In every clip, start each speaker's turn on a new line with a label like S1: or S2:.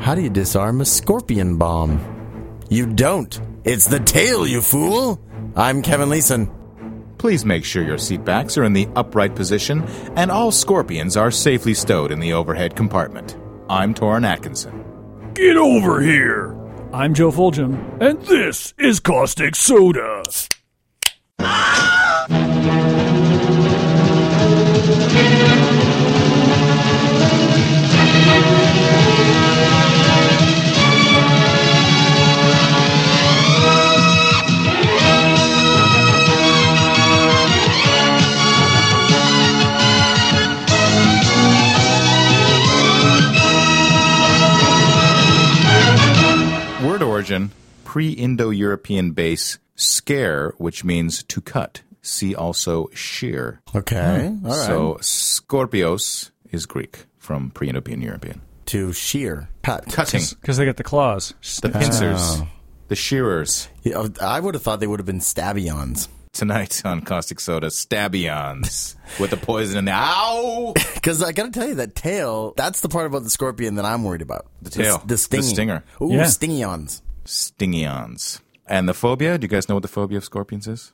S1: How do you disarm a scorpion bomb? You don't. It's the tail, you fool. I'm Kevin Leeson.
S2: Please make sure your seatbacks are in the upright position and all scorpions are safely stowed in the overhead compartment. I'm Torrin Atkinson.
S3: Get over here!
S4: I'm Joe Fulgham.
S3: And this is Caustic Soda!
S2: Word origin pre Indo European base, scare, which means to cut. See also shear.
S1: Okay. All right.
S2: So Scorpios is Greek from pre Indo European.
S1: to shear cut.
S2: Cutting.
S4: Because they got the claws.
S2: The pincers.
S1: Oh.
S2: The shearers.
S1: Yeah, I would have thought they would have been stabions.
S2: Tonight on Caustic Soda, Stabions with the poison in the ow!
S1: Because I gotta tell you, that tail—that's the part about the scorpion that I'm worried about. The
S2: tail.
S1: the,
S2: The
S1: stinging.
S2: stinger.
S1: Ooh,
S4: Yeah.
S1: stingions.
S2: Stingions. And the phobia? Do you guys know what the phobia of scorpions is?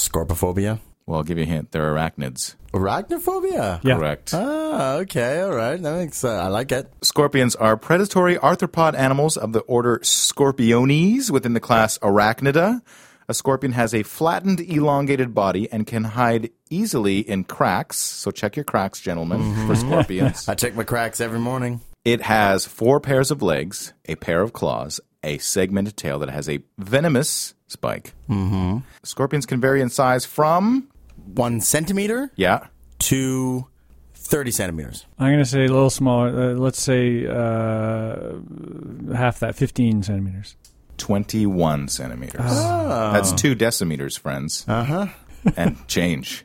S1: Scorpophobia.
S2: Well, I'll give you a hint. They're arachnids.
S1: Arachnophobia.
S4: Yeah.
S2: Correct.
S1: Ah, okay, all right. That makes uh, I like it.
S2: Scorpions are predatory arthropod animals of the order Scorpiones within the class Arachnida. A scorpion has a flattened, elongated body and can hide easily in cracks. So check your cracks, gentlemen, for scorpions.
S1: I check my cracks every morning.
S2: it has four pairs of legs, a pair of claws, a segmented tail that has a venomous spike. Mm-hmm. Scorpions can vary in size from,
S1: One centimeter
S2: yeah,
S1: to thirty centimeters.
S4: I'm going to say a little smaller. Uh, let's say uh, half that, 15 centimeters.
S2: 21 centimeters. That's two decimeters, friends. Uh huh. and change.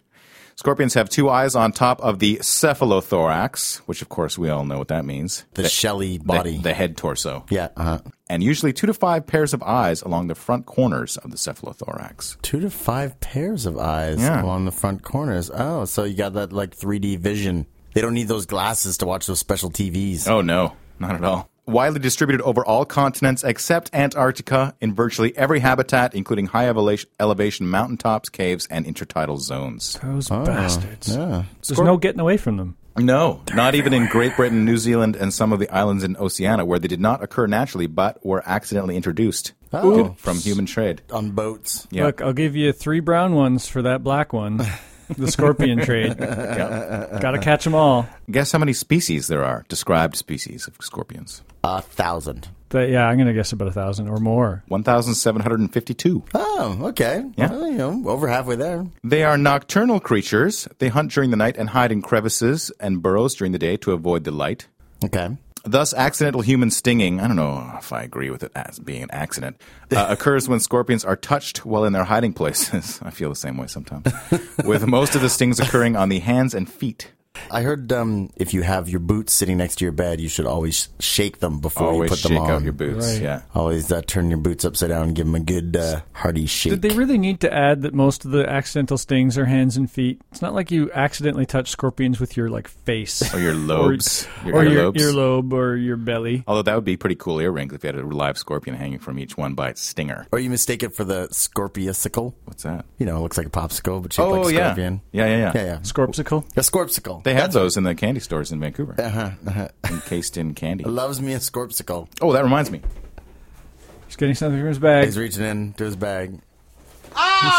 S2: Scorpions have two eyes on top of the cephalothorax, which, of course, we all know what that means
S1: The, shelly
S2: The-
S1: body.
S2: The, head torso.
S1: yeah. Uh-huh.
S2: And usually two to five pairs of eyes along the front corners of the cephalothorax.
S1: Two to five pairs of eyes
S2: Yeah.
S1: along the front corners. Oh, so you got that like 3D vision. They don't need those glasses to watch those special TVs.
S2: Oh, no, not at all. Widely distributed over all continents except Antarctica in virtually every habitat, including high elevation, elevation mountaintops, caves, and intertidal zones.
S4: Those bastards.
S1: Yeah.
S4: There's no getting away from them.
S2: No, not even in Great Britain, New Zealand, and some of the islands in Oceania where they did not occur naturally but were accidentally introduced
S1: Oh.
S2: Good- from human trade.
S1: On boats.
S2: Yeah.
S4: Look, I'll give you three brown ones for that black one. The scorpion trade. Got to catch them all.
S2: Guess how many species there are, described species of scorpions?
S1: A thousand.
S4: But yeah, I'm going to guess about a thousand or more.
S2: 1,752.
S1: Oh, okay.
S2: Yeah.
S1: Well, you know, over halfway there.
S2: They are nocturnal creatures. They hunt during the night and hide in crevices and burrows during the day to avoid the light.
S1: Okay.
S2: Thus, accidental human stinging, I don't know if I agree with it as being an accident, uh, occurs when scorpions are touched while in their hiding places. I feel the same way sometimes. with most of the stings occurring on the hands and feet.
S1: I heard um, if you have your boots sitting next to your bed, you should always shake them before
S2: Always
S1: Oh, you put
S2: shake
S1: them on.
S2: out your boots.
S4: Right.
S2: Yeah.
S1: Always uh, turn your boots upside down and give them a good uh, hearty shake.
S4: Did they really need to add that most of the accidental stings are hands and feet? It's not like you accidentally touch scorpions with your like face
S2: Or your lobes.
S4: or, your earlobe or your belly.
S2: Although that would be pretty cool earrings if you had a live scorpion hanging from each one by its stinger.
S1: or you mistake it for the scorpiosicle.
S2: What's that?
S1: You know, it looks like a popsicle, but shaped
S2: Oh,
S1: like a
S2: yeah.
S1: scorpion.
S2: Yeah, yeah, yeah.
S1: Yeah, yeah.
S4: Scorpsicle.
S1: A Uh-huh, scorpsicle.
S2: They had those in the candy stores in Vancouver. Encased in candy.
S1: Loves me a scorpsicle.
S2: Oh, that reminds me.
S4: He's getting something from his bag.
S1: He's reaching into his bag.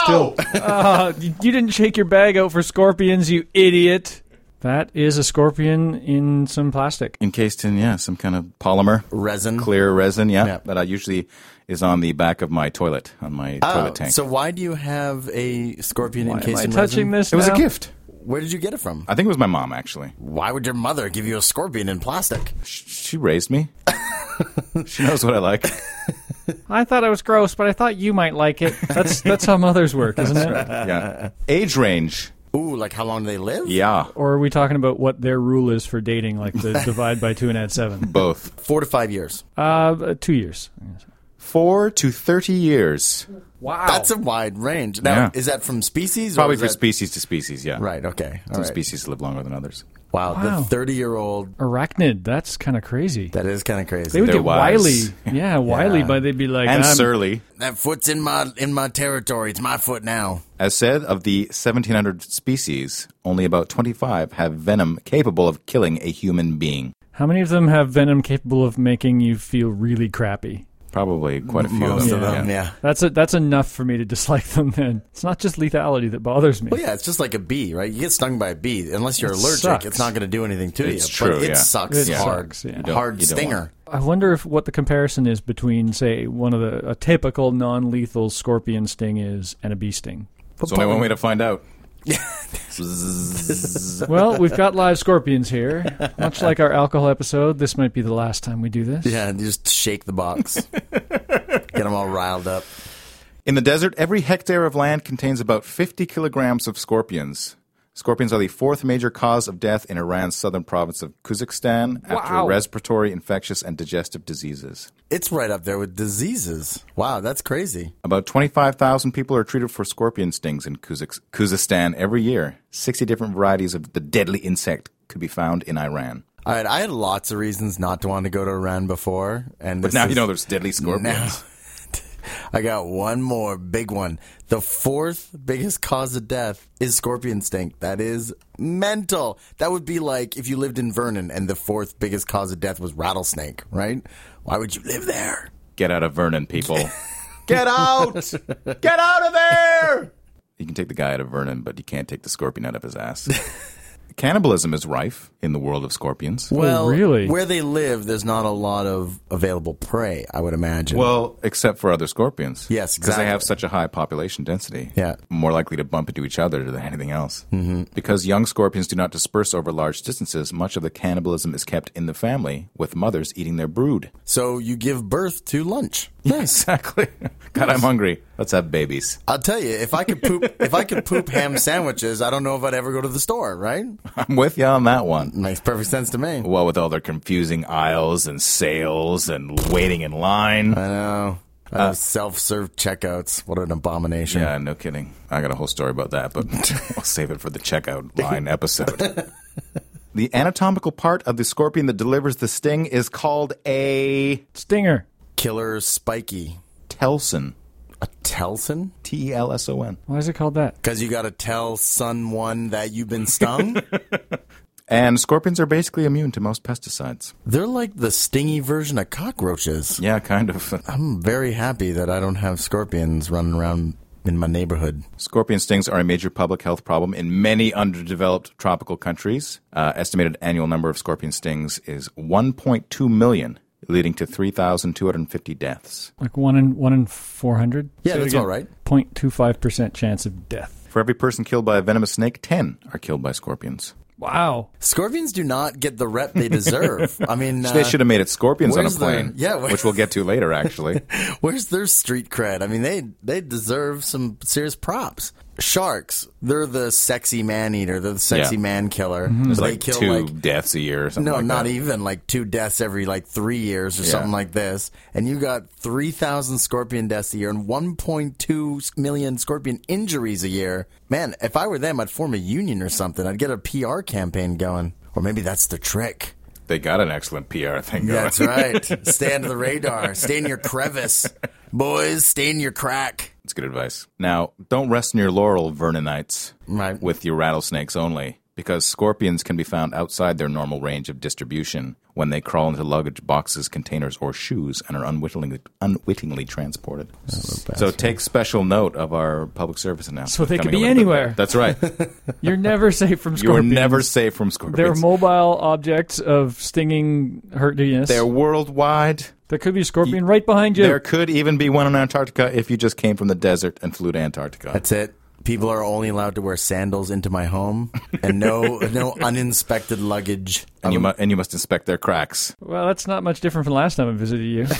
S4: Still, Ah, you you didn't shake your bag out for scorpions, you idiot. That is a scorpion in some plastic.
S2: Encased in, yeah, some kind of polymer.
S1: Resin.
S2: clear resin, yeah,
S1: Mm-hmm. Yeah.
S2: that I usually is on the back of my toilet, on my
S1: Oh,
S2: toilet tank.
S1: so why do you have a scorpion
S2: Why am
S1: encased
S2: I
S1: in resin?
S4: Touching this
S2: it was
S4: now?
S2: a gift.
S1: Where did you get it from?
S2: I think it was my mom actually.
S1: Why would your mother give you a scorpion in plastic?
S2: Sh- She raised me. she knows what I like.
S4: I thought it was gross, but I thought you might like it. That's that's how mothers work, isn't it?
S2: Yeah. Age range.
S1: Ooh, like how long do they live?
S2: Yeah.
S4: Or are we talking about what their rule is for dating, like the divide by two and add seven?
S2: Both.
S1: Four to five years.
S4: Uh, two years.
S2: Four to thirty years.
S4: Wow.
S1: That's a wide range. Now,
S2: Yeah.
S1: is that from species? Or
S2: Probably
S1: is
S2: for
S1: that-
S2: species to species, yeah.
S1: Right, okay. all
S2: Some
S1: right.
S2: species live longer than others.
S1: Wow,
S4: Wow.
S1: the 30 year old,
S4: Arachnid, that's kind of crazy.
S1: that is kind of crazy.
S4: they would
S2: They're
S4: get
S2: wise.
S4: wily. Yeah, wily, but they'd be like, um,
S2: and
S4: I'm-
S2: surly.
S1: that foot's in my in my territory. It's my foot now.
S2: As said, of the 1,700 species, only about 25 have venom capable of killing a human being.
S4: How many of them have venom capable of making you feel really crappy?
S2: Probably quite a few
S1: Most
S2: of them.
S1: of them, yeah.
S4: That's a, that's enough for me to dislike them. Then it's not just lethality that bothers me.
S1: Well, yeah, it's just like a bee, right? You get stung by a bee. Unless you're
S4: It
S1: allergic,
S4: sucks.
S1: it's not going to do anything to
S2: It's
S1: you.
S2: true,
S1: but it
S2: yeah.
S1: sucks
S4: It
S1: hard.
S4: sucks, yeah. You
S2: don't-
S1: Hard
S2: you don't
S1: stinger.
S4: I wonder if what the comparison is between, say, one of the a typical non-lethal scorpion sting is and a bee sting.
S2: It's only one way to find out.
S4: Well, we've got live scorpions here. Much like our alcohol episode, this might be the last time we do this.
S1: Yeah, and you just shake the box. get them all riled up.
S2: In the desert, every hectare of land contains about 50 kilograms of scorpions. Scorpions are the fourth major cause of death in Iran's southern province of Kazakhstan
S4: Wow.
S2: after respiratory, infectious, and digestive diseases.
S1: It's right up there with diseases. Wow, that's crazy.
S2: About 25,000 people are treated for scorpion stings in Kuzak- Kazakhstan every year. 60 different varieties of the deadly insect could be found in Iran.
S1: All right, I had lots of reasons not to want to go to Iran before, and
S2: But now you know there's deadly scorpions.
S1: I got one more big one. The fourth biggest cause of death is scorpion stink. That is mental. That would be like if you lived in Vernon and the fourth biggest cause of death was rattlesnake, right? Why would you live there?
S2: Get out of Vernon, people.
S1: Get out! Get out of there!
S2: You can take the guy out of Vernon, but you can't take the scorpion out of his ass. Cannibalism is rife in the world of scorpions.
S1: Well,
S4: Oh, really?
S1: where they live, there's not a lot of available prey, I would imagine.
S2: Well, except for other scorpions.
S1: Yes,
S2: Because they have
S1: exactly.
S2: such a high population density.
S1: Yeah.
S2: More likely to bump into each other than anything else. Mm-hmm. Because young scorpions do not disperse over large distances, much of the cannibalism is kept in the family, with mothers eating their brood.
S1: so you give birth to lunch.
S2: Exactly. God, I'm hungry. Let's have babies.
S1: I'll tell you, if I could poop, if I could poop ham sandwiches, I don't know if I'd ever go to the store. Right?
S2: I'm with you on that one.
S1: Makes perfect sense to me.
S2: Well, with all their confusing aisles and sales and waiting in line.
S1: I know. Self serve Oh, uh, checkouts. What an abomination.
S2: Uh, Yeah, no kidding. I got a whole story about that, but I'll save it for the checkout line episode. the anatomical part of the scorpion that delivers the sting is called a
S4: Stinger.
S1: Killer Spiky.
S2: telson.
S1: A Telson?
S2: T E L S O N.
S4: Why is it called that?
S1: Because you got to tell someone that you've been stung?
S2: And scorpions are basically immune to most pesticides.
S1: They're like the stingy version of cockroaches.
S2: Yeah, kind of.
S1: I'm very happy that I don't have scorpions running around in my neighborhood.
S2: Scorpion stings are a major public health problem in many underdeveloped tropical countries. Uh, estimated annual number of scorpion stings is 1.2 million, leading to 3,250 deaths.
S4: Like one in one in four hundred.
S1: Yeah, that's all right.
S4: 0.25 percent chance of death.
S2: For every person killed by a venomous snake, 10 are killed by scorpions.
S4: Wow.
S1: Scorpions do not get the rep they deserve. I mean, uh,
S2: they should have made it scorpions on a
S1: where's the-
S2: plane,
S1: yeah, where-
S2: which we'll get to later, actually.
S1: Where's their street cred? I mean, they they deserve some serious props. Sharks, they're the sexy man eater, they're the sexy
S2: Yeah. Mm-hmm.
S1: man killer.
S2: There's
S1: They
S2: like
S1: kill
S2: two
S1: like
S2: deaths a year or something
S1: no,
S2: like
S1: not
S2: that.
S1: even like two deaths every like three years or
S2: Yeah.
S1: something like this. And you got three thousand scorpion deaths a year and one point two million scorpion injuries a year. Man, if I were them, I'd form a union or something. I'd get a PR campaign going, or maybe that's the trick.
S2: They got an excellent PR thing going.
S1: That's right. Stay under the radar. Stay in your crevice. Boys, stay in your crack.
S2: That's good advice. Now, don't rest on your laurel, Vernonites,
S1: Right.
S2: with your rattlesnakes only, because scorpions can be found outside their normal range of distribution when they crawl into luggage boxes, containers, or shoes and are unwittingly, unwittingly transported. So take special note of our public service announcement.
S4: So they could
S2: coming
S4: be
S2: up in a bit.
S4: anywhere.
S2: That's right.
S4: You're never safe from
S2: You are
S4: scorpions.
S2: never safe from
S4: They're
S2: scorpions.
S4: mobile objects of stinging hurtiness.
S2: They're worldwide.
S4: there could be a scorpion right behind you.
S2: There could even be one in Antarctica if you just came from the desert and flew to Antarctica.
S1: That's it. People are only allowed to wear sandals into my home and no no uninspected luggage.
S2: and, you mu- and you must inspect their cracks.
S4: Well, that's not much different from last time I visited you.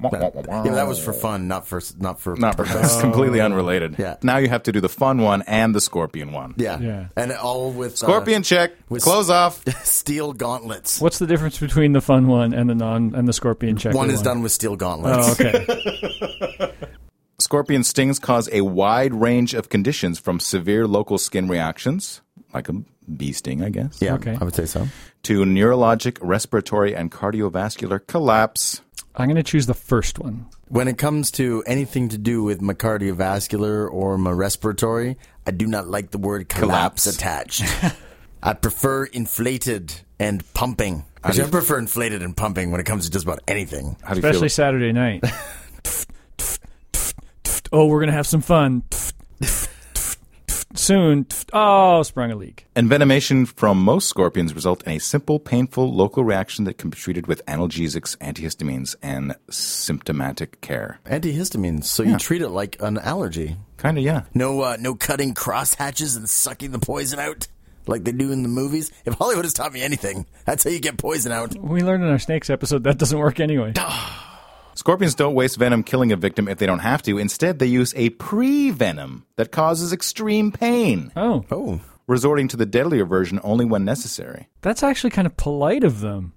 S1: Yeah, that was for fun, not for not for
S2: Oh. Not it's completely unrelated.
S1: Oh. Yeah.
S2: Now you have to do the fun one and the scorpion one.
S1: Yeah.
S4: Yeah.
S1: And all with uh,
S2: Scorpion check.
S1: with-
S2: Close off.
S1: steel gauntlets.
S4: What's the difference between the fun one and the non and the scorpion check?
S1: One is done with steel gauntlets.
S4: Oh, okay.
S2: Scorpion stings cause a wide range of conditions from severe local skin reactions, like a bee sting, I guess,
S1: Yeah,
S4: Okay.
S1: I would say so.
S2: to neurologic, respiratory, and cardiovascular collapse.
S4: I'm going to choose the first one.
S1: When it comes to anything to do with my cardiovascular or my respiratory, I do not like the word collapse,
S2: Collapse.
S1: attached. I prefer inflated and pumping. Actually, I prefer inflated and pumping when it comes to just about anything.
S2: How do
S4: Especially
S2: you feel?
S4: Saturday night. oh, we're going to have some fun. Soon. Oh, sprung a leak.
S2: Envenomation from most scorpions result in a simple, painful local reaction that can be treated with analgesics, antihistamines, and symptomatic care.
S1: Antihistamines, so you treat it like an allergy.
S2: Kind of, yeah.
S1: No, uh, no cutting crosshatches and sucking the poison out like they do in the movies. If Hollywood has taught me anything, that's how you get poison out.
S4: We learned in our snakes episode that doesn't work anyway.
S2: Scorpions don't waste venom killing a victim if they don't have to. Instead, they use a pre venom that causes extreme pain,
S4: Oh,
S1: Oh,
S2: resorting to the deadlier version only when necessary.
S4: that's actually kind of polite of them.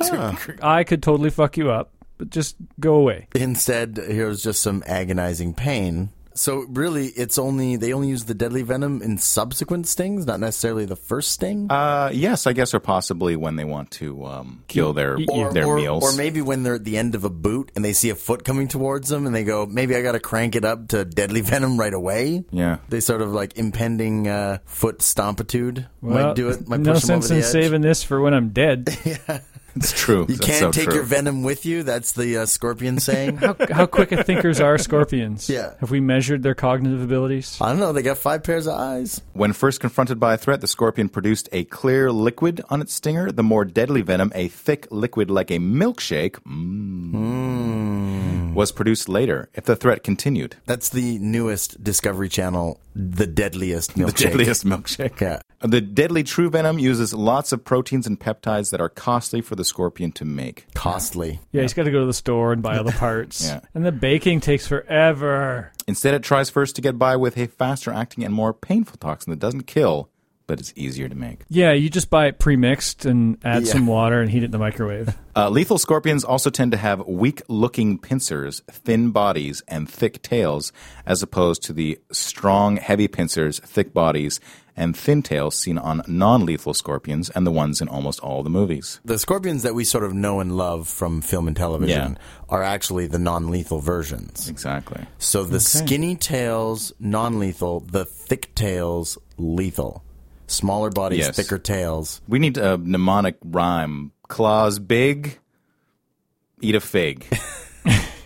S4: I could totally fuck you up, but just go away.
S1: instead here's just some agonizing pain so really it's only they only use the deadly venom in subsequent stings not necessarily the first sting
S2: Uh, yes, I guess, or possibly when they want to um, kill their, their
S1: or,
S2: meals.
S1: or maybe when they're at the end of a boot and they see a foot coming towards them and they go maybe i gotta crank it up to deadly venom right away
S2: yeah.
S1: they sort of like impending uh, foot stompitude might
S4: Well,
S1: do it might
S4: no
S1: push them
S4: sense
S1: over the
S4: in
S1: edge
S4: saving this for when I'm dead.
S2: It's true.
S1: you
S2: That's
S1: can't
S2: so
S1: take
S2: true.
S1: your venom with you that's the uh, scorpion saying
S4: How, how quick a thinkers are scorpions?
S1: Yeah. Uh,
S4: Have we measured their cognitive abilities?
S1: i don't know they got five pairs of eyes
S2: When first confronted by a threat, the scorpion produced a clear liquid on its stinger. The more deadly venom, a thick liquid like a milkshake, mm,
S1: Hmm.
S2: was produced later if the threat continued.
S1: that's the newest discovery channel the deadliest milkshake.
S2: The deadliest milkshake.
S1: Yeah.
S2: The deadly true venom uses lots of proteins and peptides that are costly for the scorpion to make.
S1: costly.
S4: Yeah, he's got to go to the store and buy all the parts.
S2: Yeah.
S4: And the baking takes forever.
S2: Instead, it tries first to get by with a faster acting and more painful toxin that doesn't kill, but is easier to make.
S4: Yeah, you just buy it pre-mixed and add
S1: Yeah.
S4: some water and heat it in the microwave.
S2: Uh, lethal scorpions also tend to have weak looking pincers, thin bodies, and thick tails, as opposed to the strong, heavy pincers, thick bodies, and thin tails seen on non lethal scorpions and the ones in almost all the movies.
S1: The scorpions that we sort of know and love from film and television are actually the non lethal versions.
S2: Exactly.
S1: So the skinny tails, non lethal, the thick tails, lethal. Smaller bodies,
S2: Yes.
S1: thicker tails.
S2: We need a mnemonic rhyme claws big, eat a fig.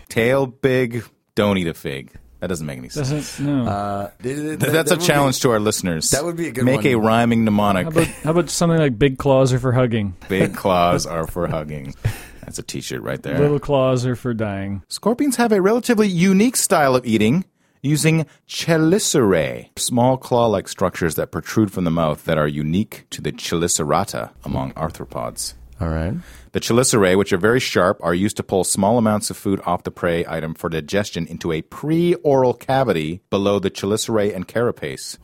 S2: Tail big, don't eat a fig. That doesn't make any sense.
S4: Doesn't no.
S1: Uh,
S2: Th- That's a challenge to our listeners.
S1: that would be a good
S2: Make
S1: one.
S2: a rhyming mnemonic.
S4: how about how about something like big claws are for hugging,
S2: Big claws are for hugging. That's a t-shirt right there.
S4: little claws are for dying.
S2: Scorpions have a relatively unique style of eating using chelicerae, small claw-like structures that protrude from the mouth that are unique to the chelicerata among arthropods.
S1: All right.
S2: The chelicerae, which are very sharp, are used to pull small amounts of food off the prey item for digestion into a pre-oral cavity below the chelicerae and carapace.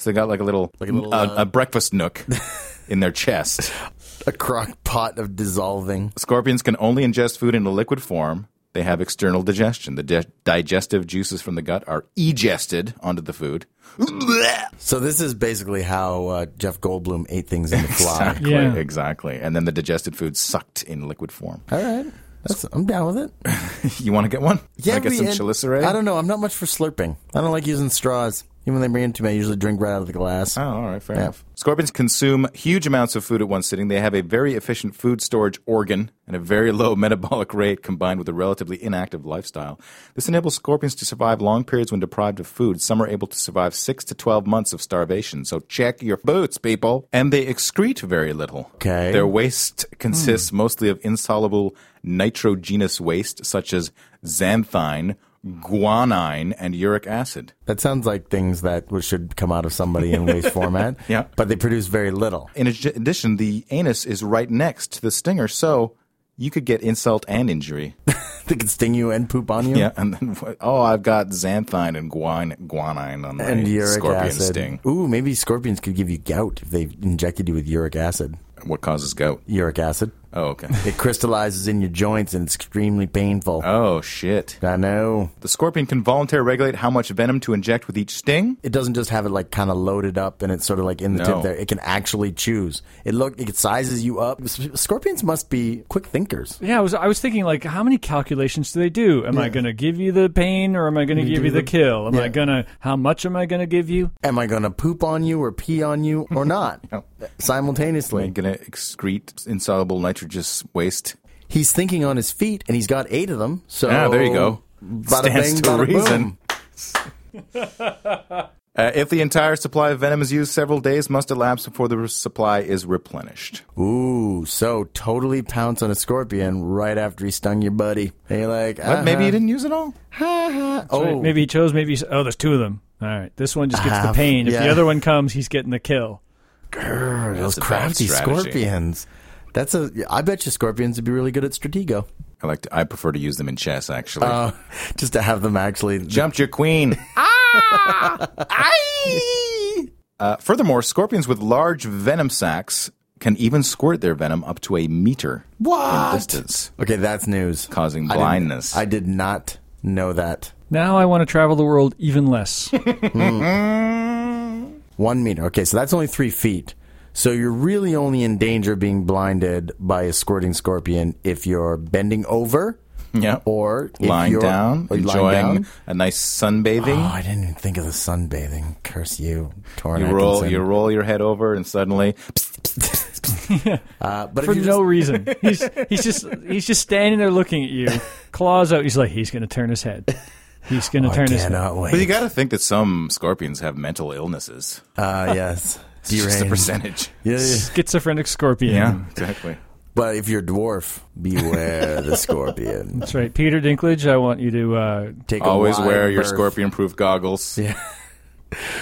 S2: So they got like a little,
S1: Mm-hmm. a little, uh,
S2: a- a breakfast nook in their chest.
S1: A crock pot of dissolving.
S2: Scorpions can only ingest food in a liquid form. They have external digestion. The di- digestive juices from the gut are egested onto the food.
S1: So this is basically how uh, Jeff Goldblum ate things in the fly.
S2: Exactly,
S4: Yeah.
S2: exactly. And then the digested food sucked in liquid form.
S1: All right. That's, I'm down with it.
S2: You want to get one?
S1: Yeah,
S2: want to
S1: we-
S2: get some
S1: and-
S2: chelicerae?
S1: I don't know. I'm not much for slurping. I don't like using straws. Even when they bring it to me, I usually drink right out of the glass.
S2: Oh, all right, fair enough. Scorpions consume huge amounts of food at one sitting. They have a very efficient food storage organ and a very low metabolic rate combined with a relatively inactive lifestyle. This enables scorpions to survive long periods when deprived of food. Some are able to survive 6 to 12 months of starvation. So check your boots, people. And they excrete very little.
S1: Okay.
S2: Their waste consists mostly of insoluble nitrogenous waste such as xanthine, guanine, and uric acid.
S1: That sounds like things that would- should come out of somebody in waste format.
S2: Yeah.
S1: But they produce very little.
S2: In ad- addition, the anus is right next to the stinger, so you could get insult and injury.
S1: They could sting you and poop on you.
S2: yeah, and then oh, I've got xanthine and guan- guanine on my
S1: And uric
S2: scorpion
S1: acid.
S2: sting.
S1: Ooh, maybe scorpions could give you gout if they injected you with uric acid.
S2: What causes gout?
S1: Uric acid.
S2: Oh, okay.
S1: It crystallizes in your joints and it's extremely painful.
S2: Oh, shit.
S1: I know.
S2: The scorpion can voluntarily regulate how much venom to inject with each sting.
S1: It doesn't just have it like kind of loaded up and it's sort of like in the
S2: No.
S1: tip there. It can actually choose. It look it sizes you up. S- Scorpions must be quick thinkers.
S4: Yeah, I was I was thinking like, how many calculations do they do? Am I gonna give you the pain or am I gonna give you the kill? Am I gonna how much am I gonna give you?
S1: Am I going to poop on you or pee on you or not?
S2: I'm
S1: Simultaneously.
S2: gonna excrete insoluble nitrogenous waste.
S1: He's thinking on his feet and he's got 8 of them. So
S2: Ah, there you go.
S1: Bada
S2: Stands
S1: bing, bada
S2: to reason.
S1: boom.
S2: Uh, if the entire supply of venom is used, several days must elapse before the supply is replenished.
S1: Ooh, so totally pounce on a scorpion right after he stung your buddy. And you're like,
S2: But maybe
S1: uh-huh.
S2: you didn't use it all.
S1: Oh,
S4: Maybe he chose. Maybe he's, oh, there's two of them. All right, this one just gets the
S1: Half,
S4: pain. If the
S1: yeah.
S4: other one comes, he's getting the kill.
S1: those
S2: a bad
S1: crafty
S2: strategy.
S1: scorpions. That's a. I bet you scorpions would be really good at stratego.
S2: I like. To, I prefer to use them in chess. Actually,
S1: Uh, just to have them actually.
S2: jumped your queen. Uh, furthermore, scorpions with large venom sacs can even squirt their venom up to a meter in distance,
S1: Okay, that's news.
S2: causing
S1: I didn't-
S2: blindness.
S1: I did not know that.
S4: Now I want to travel the world even less.
S1: One meter. Okay, so that's only three feet. So you're really only in danger of being blinded by a squirting scorpion if you're bending over
S2: yeah.
S1: or Oh, if
S2: lying
S1: you're
S2: down,
S1: or lying
S2: enjoying
S1: down.
S2: a nice
S1: Oh,
S2: sunbathing.
S1: I didn't even think of the sunbathing. Curse you, Torn
S2: you roll,
S1: Atkinson.
S2: you roll your head over, and suddenly,
S1: Uh, but
S4: for
S1: if
S4: no
S1: you just,
S4: reason. He's he's just he's just standing there looking at you, claws out. He's like he's gonna turn his head. He's gonna
S1: I
S4: turn his head.
S1: cannot Oh, wait.
S2: but you got to think that some scorpions have mental illnesses.
S1: Uh, yes.
S2: It's just a
S1: Deranged.
S2: percentage.
S1: Yeah, yeah.
S4: Schizophrenic scorpion.
S2: Yeah, exactly.
S1: But if you're a dwarf, beware the scorpion.
S4: That's right, Peter Dinklage. I want you to uh,
S1: Take a
S2: Always
S1: wide
S2: wear your
S1: berth.
S2: scorpion-proof goggles.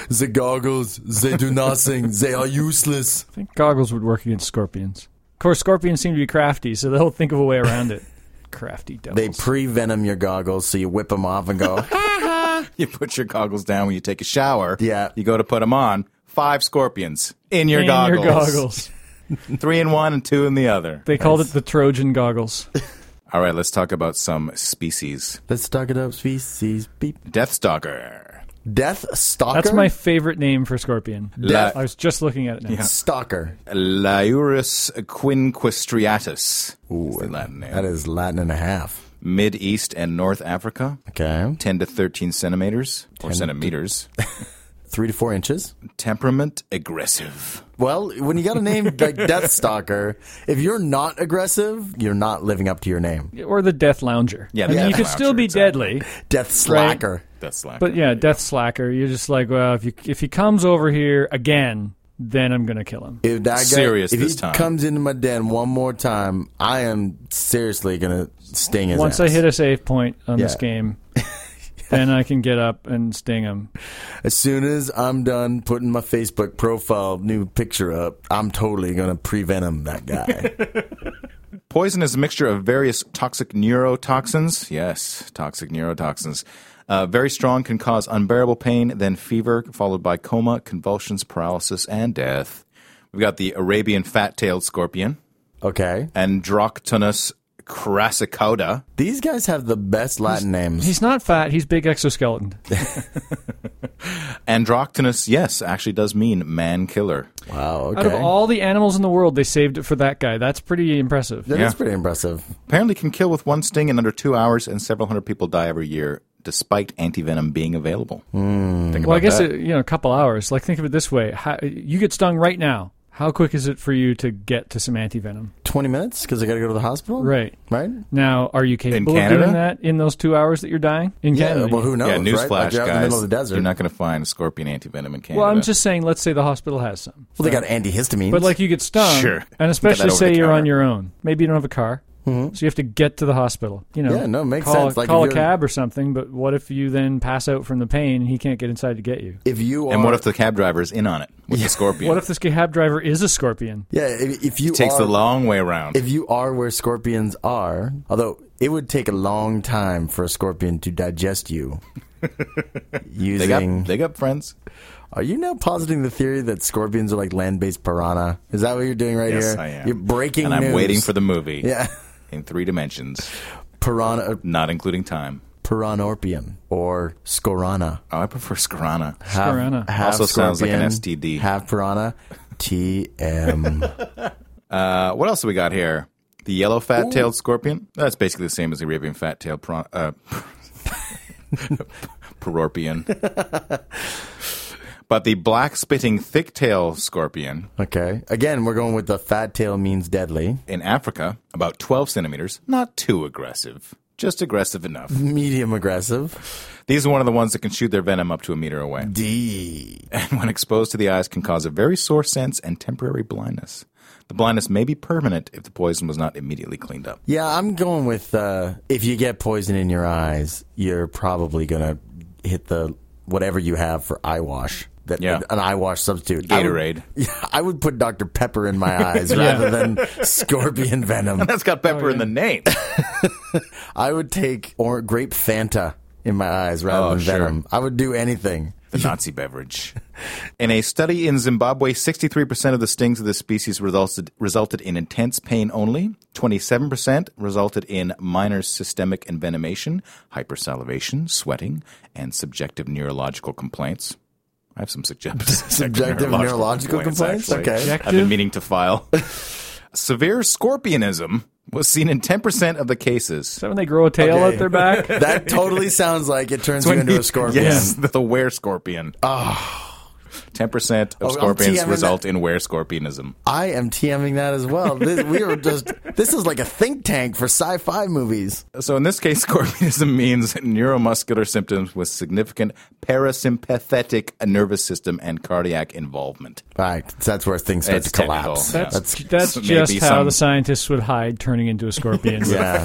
S1: The goggles, they do nothing. they are useless.
S4: I think goggles would work against scorpions. Of course, scorpions seem to be crafty, so they'll think of a way around it. crafty devils.
S1: They pre-venom your goggles, so you whip them off and go.
S2: You put your goggles down when you take a shower.
S1: Yeah.
S2: You go to put them on. Five scorpions in your
S4: And
S2: goggles.
S4: Your goggles.
S2: Three in one and two in the other.
S4: They called it the Trojan goggles.
S2: All right, let's talk about some species.
S1: Let's stock it up, species. Beep.
S2: Deathstalker.
S1: Death stalker.
S4: That's my favorite name for scorpion.
S2: La-
S4: I was just looking at it now.
S1: stalker.
S2: Laiurus quinquestriatus. Ooh, the Latin name.
S1: That is Latin and a half.
S2: Mid East and North Africa.
S1: Okay,
S2: 10 to 13 centimeters or centimeters.
S1: three to four inches.
S2: Temperament aggressive.
S1: Well, when you got a name like Death Stalker, if you're not aggressive, you're not living up to your name.
S4: Or the Death Lounger.
S2: Yeah,
S4: I mean,
S2: Death
S4: you could
S2: Lounger,
S4: still be
S2: exactly.
S4: deadly,
S1: Death slacker.
S2: That's Latin.
S4: but yeah, Death Slacker. You're just like, well, if you if he comes over here again, then I'm gonna kill him.
S1: If that guy,
S2: Serious
S1: if
S2: this
S1: he
S2: time.
S1: comes into my den one more time, I am seriously gonna sting his
S4: Once I
S1: ass.
S4: hit a save point on this
S1: Yeah.
S4: game, then I can get up and sting him.
S1: As soon as I'm done putting my Facebook profile new picture up, I'm totally gonna pre-venom that guy.
S2: Poison is a mixture of various toxic neurotoxins. Yes, toxic neurotoxins. Uh, very strong, can cause unbearable pain, then fever, followed by coma, convulsions, paralysis, and death. We've got the Arabian fat tailed scorpion,
S1: okay,
S2: Androctonus crassicoda.
S1: these guys have the best Latin names.
S4: He's not fat. He's big exoskeleton.
S2: Androctonus, yes, actually does mean man killer.
S1: Wow, okay,
S4: Out of all the animals in the world, they saved it for that guy. That's pretty impressive.
S1: that is
S2: Yeah.
S1: pretty impressive.
S2: Apparently can kill with one sting in under two hours, and several hundred people die every year, despite antivenom being available. Think
S4: Well, I
S2: about
S4: guess
S2: that.
S4: it, you know a couple hours. Like think of it this way: How, you get stung right now. How quick is it for you to get to some antivenom?
S1: Twenty minutes because I gotta go to the hospital.
S4: Right
S1: right.
S4: now, are you capable of
S2: Canada?
S4: doing that in those two hours that you're dying in
S1: Yeah,
S4: Canada?
S1: well, who knows?
S2: yeah, newsflash,
S1: right? Like, you're out
S2: guys.
S1: in the middle of the desert.
S2: You're not going to find scorpion antivenom in Canada.
S4: Well, I'm just saying. Let's say the hospital has some,
S1: well, they got antihistamines.
S4: but like you get stung,
S2: Sure.
S4: and especially
S2: over
S4: say
S2: the
S4: you're on
S2: counter.
S4: your own. Maybe you don't have a car, so you have to get to the hospital. You know,
S1: Yeah, no, makes
S4: call,
S1: sense. Like,
S4: call
S1: if
S4: a
S1: you're-
S4: cab or something. But what if you then pass out from the pain and he can't get inside to get you?
S1: if you are,
S2: And what if the cab driver is in on it with the scorpion?
S4: What if this cab driver is a scorpion?
S1: yeah, if, if you
S2: takes
S1: are,
S2: the long way around?
S1: if you are where scorpions are, although it would take a long time for a scorpion to digest you.
S2: they
S1: using
S2: got they got friends.
S1: Are you now positing the theory that scorpions are like land-based piranha? Is that what you're doing right
S2: Yes,
S1: here?
S2: I am.
S1: You're breaking
S2: and I'm
S1: news.
S2: waiting for the movie
S1: yeah,
S2: in three dimensions,
S1: piranha, uh,
S2: not including time.
S1: Piranorpion or Scorana.
S2: Oh, I prefer Scarana.
S1: Half-
S4: Piranha.
S1: half
S2: Also sounds like an
S1: scorpion,
S2: STD.
S1: Half piranha. TM.
S2: Uh, what else do we got here? The yellow fat-tailed scorpion. That's basically the same as the Arabian fat-tailed prawn. Uh, perorpion. but the black spitting thick tail scorpion
S1: okay. Again, we're going with the fat tail means deadly.
S2: in Africa, about 12 centimeters, not too aggressive, just aggressive enough.
S1: Medium aggressive.
S2: These are one of the ones that can shoot their venom up to a meter away.
S1: D.
S2: and when exposed to the eyes can cause a very sore sense and temporary blindness. The blindness may be permanent if the poison was not immediately cleaned up.
S1: Yeah, I'm going with uh, if you get poison in your eyes, you're probably gonna hit the whatever you have for eye wash. That
S2: Yeah.
S1: an eye wash substitute. I would,
S2: Gatorade.
S1: yeah, I would put Dr Pepper in my eyes rather than scorpion venom.
S2: That's got pepper in the name.
S1: I would take or grape Fanta in my eyes rather
S2: Oh,
S1: than
S2: sure.
S1: venom. I would do anything.
S2: the Nazi beverage. In a study in Zimbabwe, 63% of the stings of this species resulted, resulted in intense pain only, 27% resulted in minor systemic envenomation, hypersalivation, sweating, and subjective neurological complaints. I have some subjective,
S1: Subjective neurological complaints?
S2: actually.
S1: Okay.
S2: I've been meaning to file. Severe scorpionism was seen in 10% of the cases.
S4: Is that when they grow a tail
S1: Okay.
S4: out their back?
S1: That totally sounds like it turns you into a scorpion. Ah.
S2: Yes, the, the were scorpion. Oh. 10% of
S1: Oh, I'm
S2: scorpions
S1: TMing
S2: result in were scorpionism.
S1: I am TMing that as well. This, we are just this is like a think tank for sci-fi movies.
S2: So in this case, scorpionism means neuromuscular symptoms with significant parasympathetic nervous system and cardiac involvement.
S1: Right. So that's where things start
S2: It's
S1: to collapse.
S2: technical, yeah.
S4: That's
S1: That's
S4: that's
S2: maybe
S4: just how
S2: some-
S4: the scientists would hide turning into a scorpion.
S1: Yeah.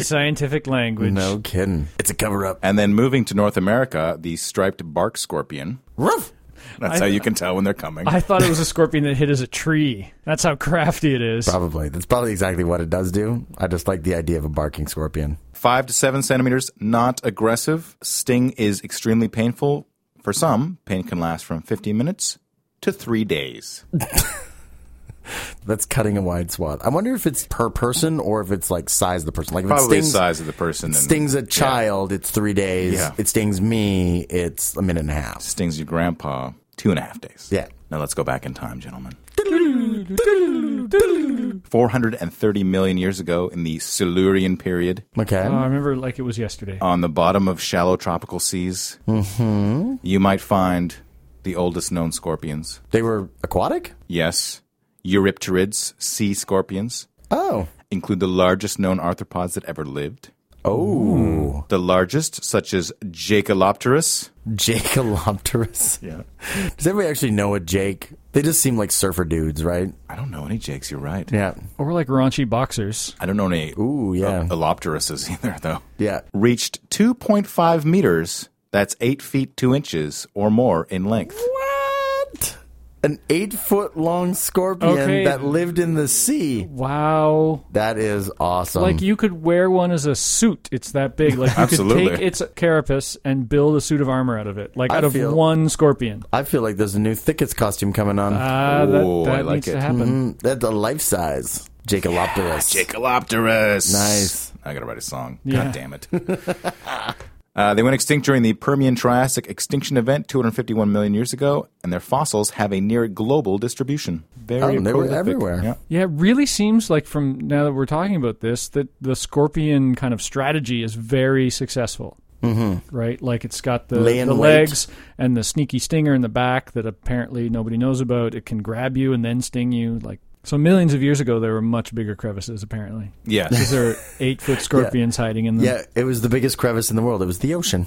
S4: scientific language.
S1: no kidding. It's a cover up.
S2: And then moving to North America, the striped bark scorpion.
S1: Ruff.
S2: That's how you can tell when they're coming.
S4: I thought it was a scorpion that hit as a tree. That's how crafty it is.
S1: Probably. That's probably exactly what it does do. I just like the idea of a barking scorpion.
S2: Five to seven centimeters, not aggressive. Sting is extremely painful. For some, pain can last from 15 minutes to three days.
S1: That's cutting a wide swath. I wonder if it's per person or if it's like size of the person. Like if it
S2: Probably the
S1: stings,
S2: size of the person. and
S1: stings a child, it's three days.
S2: Yeah.
S1: It stings me, it's a minute and a half.
S2: Stings your grandpa, two and a half days.
S1: Yeah.
S2: Now let's go back in time, gentlemen. 430 million years ago in the Silurian period,
S1: Okay.
S4: Oh, I remember it like it was yesterday.
S2: on the bottom of shallow tropical seas, you might find the oldest known scorpions.
S1: they were aquatic?
S2: Yes, Eurypterids, sea scorpions,
S1: Oh.
S2: include the largest known arthropods that ever lived.
S1: Oh.
S2: The largest, such as Jacalopterus.
S1: Jacalopterus.
S2: Yeah.
S1: Does everybody actually know what Jake? They just seem like surfer dudes, right?
S2: I don't know any Jakes, you're right.
S1: Yeah.
S4: Or like raunchy boxers.
S2: I don't know any
S1: Ooh, yeah.
S2: Elopteruses either, though.
S1: Yeah.
S2: reached 2.5 meters. That's eight feet two inches or more in length.
S1: What? An eight foot long scorpion
S4: Okay.
S1: that lived in the sea.
S4: Wow.
S1: That is awesome.
S2: Um,
S4: Like you could wear one as a suit. It's that big. Like you could
S2: Absolutely.
S4: take its carapace and build a suit of armor out of it. Like
S1: I
S4: out of
S1: feel-
S4: one scorpion.
S1: I feel like there's a new thickets costume coming on.
S4: Uh, that
S2: Ooh,
S4: that
S2: I like
S4: needs
S2: it.
S4: to happen.
S1: Mm, That's a life size. Jacalopterus.
S2: Jacalopterus.
S1: Nice.
S2: I gotta write a song.
S4: Yeah.
S2: God damn it. Uh, they went extinct during the Permian Triassic extinction event 251 million years ago, and their fossils have a near global distribution. Very
S1: Oh, they were
S2: prolific.
S1: everywhere.
S2: Yeah.
S4: Yeah, it really seems like from now that we're talking about this that the scorpion kind of strategy is very successful. Mm-hmm. Right, like it's got the,
S1: Lay in
S4: the
S1: wait.
S4: legs and the sneaky stinger in the back that apparently nobody knows about. It can grab you and then sting you. Like so, millions of years ago, there were much bigger crevices. Apparently,
S2: Yes.
S4: there are eight foot scorpions hiding in them.
S1: Yeah, it was the biggest crevice in the world. It was the ocean.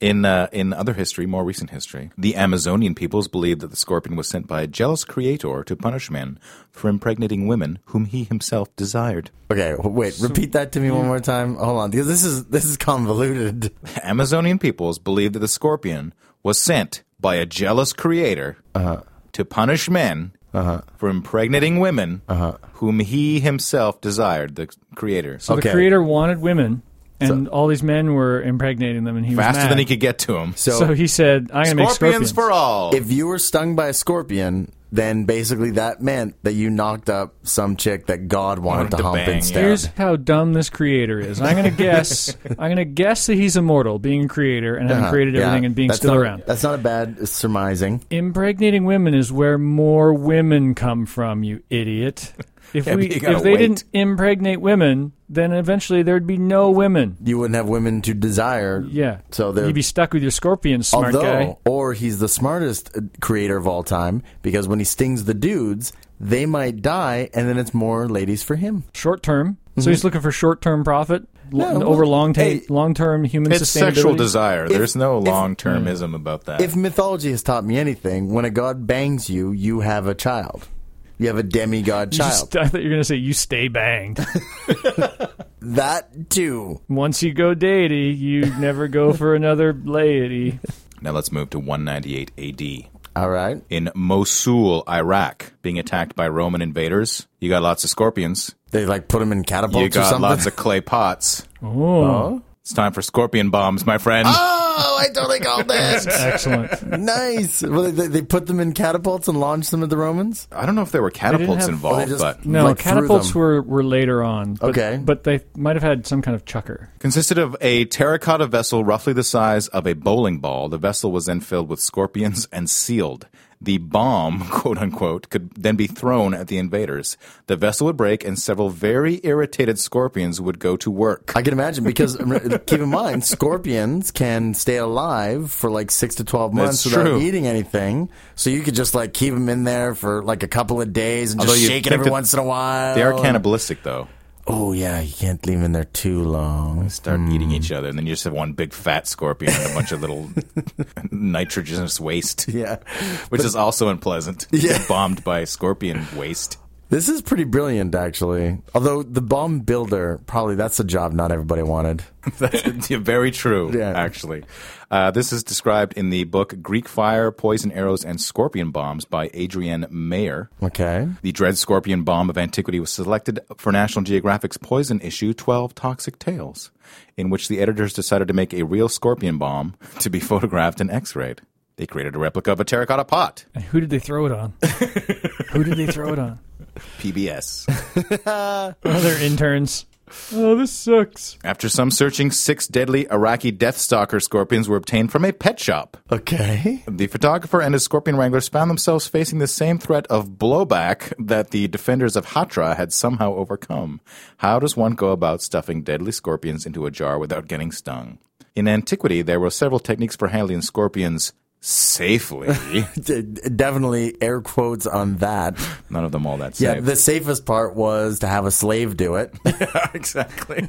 S2: In uh, in other history, more recent history, the Amazonian peoples believed that the scorpion was sent by a jealous creator to punish men for impregnating women whom he himself desired.
S1: Okay, w- wait. repeat that to me one more time. Hold on, because this is this is convoluted.
S2: The Amazonian peoples believed that the scorpion was sent by a jealous creator
S1: Uh-huh.
S2: to punish men for impregnating
S1: Uh-huh.
S2: women whom he himself desired. The creator.
S4: So
S1: Okay.
S4: the creator wanted women and all these men were impregnating them, and he was
S2: Faster
S4: mad.
S2: than he could get to him.
S1: So,
S4: So he said, "I'm gonna make
S2: Scorpions
S4: scorpions
S2: for all.
S1: if you were stung by a scorpion, then basically that meant that you knocked up some chick that God wanted,
S2: Wanted
S1: to
S2: to
S1: hump
S2: bang,
S1: and stab.
S4: Here's how dumb this creator is. I'm gonna guess. I'm gonna guess that he's immortal, being a creator and having
S1: Huh,
S4: created
S1: Uh-huh. yeah.
S4: everything and being
S1: That's
S4: still
S1: not-
S4: around.
S1: That's not a bad surmising.
S4: Impregnating women is where more women come from. You idiot. If
S2: Yeah,
S4: we
S2: but you gotta
S4: if they
S2: wait.
S4: didn't impregnate women, then eventually there'd be no women.
S1: You wouldn't have women to desire.
S4: Yeah.
S1: So there-
S4: you'd be stuck with your scorpion, smart
S1: Although,
S4: guy.
S1: or he's the smartest uh, creator of all time because when he stings the dudes, they might die, and then it's more ladies for him.
S4: Short term. So he's looking for short term profit
S1: Mm-hmm. No,
S4: l-
S1: well,
S4: over long ta-
S1: hey,
S4: long term human
S2: It's
S4: sustainability.
S2: sexual desire. There's no
S1: if- Mm.
S2: long termism about that.
S1: If mythology has taught me anything, when a god bangs you, you have a child. You have a demigod
S4: You
S1: child.
S4: just- I thought you were gonna say you stay banged.
S1: that too.
S4: Once you go deity, you never go for another laity.
S2: now let's move to 198 AD.
S1: All right.
S2: In Mosul, Iraq, being attacked by Roman invaders. You got lots of scorpions.
S1: They like put him in catapults
S2: you
S1: or
S2: got
S1: something.
S2: lots of clay pots.
S4: Oh,
S2: It's time for scorpion bombs, my friend.
S1: oh, I totally called that.
S4: excellent!
S1: nice. Well, they, they put them in catapults and launched them at the Romans.
S2: I don't know if there were catapults
S4: have-
S2: involved,
S1: Oh, they just-
S2: but
S4: No,
S1: Like, threw
S4: catapults
S1: them.
S4: were, were later on. But,
S1: Okay.
S4: but they might have had some kind of chucker.
S2: consisted of a terracotta vessel roughly the size of a bowling ball. The vessel was then filled with scorpions and sealed. The bomb, quote unquote, could then be thrown at the invaders. The vessel would break, and several very irritated scorpions would go to work.
S1: I can imagine because remember, keep in mind, scorpions can stay alive for like six to twelve months
S2: That's
S1: without
S2: true.
S1: eating anything. So you could just like keep them in there for like a couple of days and
S2: Although
S1: just
S2: you'd
S1: shake it
S2: think
S1: every
S2: that
S1: once in a while.
S2: They are cannibalistic, though.
S1: Oh yeah, you can't leave them in there too long.
S2: Start eating each
S1: Hmm.
S2: other, and then you just have one big fat scorpion and a bunch of little nitrogenous waste,
S1: Yeah,
S2: which is also unpleasant. You get bombed by scorpion waste.
S1: this is pretty brilliant actually. Although the bomb builder probably that's a job not everybody wanted.
S2: That's yeah, very true,
S1: Yeah.
S2: actually. Uh, this is described in the book Greek Fire, Poison Arrows, and Scorpion Bombs by Adrienne Mayer.
S1: Okay,
S2: The dread scorpion bomb of antiquity was selected for National Geographic's poison issue 12 Toxic Tales, in which the editors decided to make a real scorpion bomb to be photographed and x rayed. They created a replica of a terracotta pot.
S4: And who did they throw it on? who did they throw it on?
S2: PBS.
S4: Other interns. Oh, this sucks.
S2: After some searching, six deadly Iraqi Death Stalker scorpions were obtained from a pet shop.
S1: okay.
S2: The photographer and his scorpion wranglers found themselves facing the same threat of blowback that the defenders of Hatra had somehow overcome. How does one go about stuffing deadly scorpions into a jar without getting stung? In antiquity, there were several techniques for handling scorpions safely.
S1: D- definitely air quotes on that.
S2: None of them all that
S1: Yeah,
S2: safe.
S1: the safest part was to have a slave do it.
S2: exactly.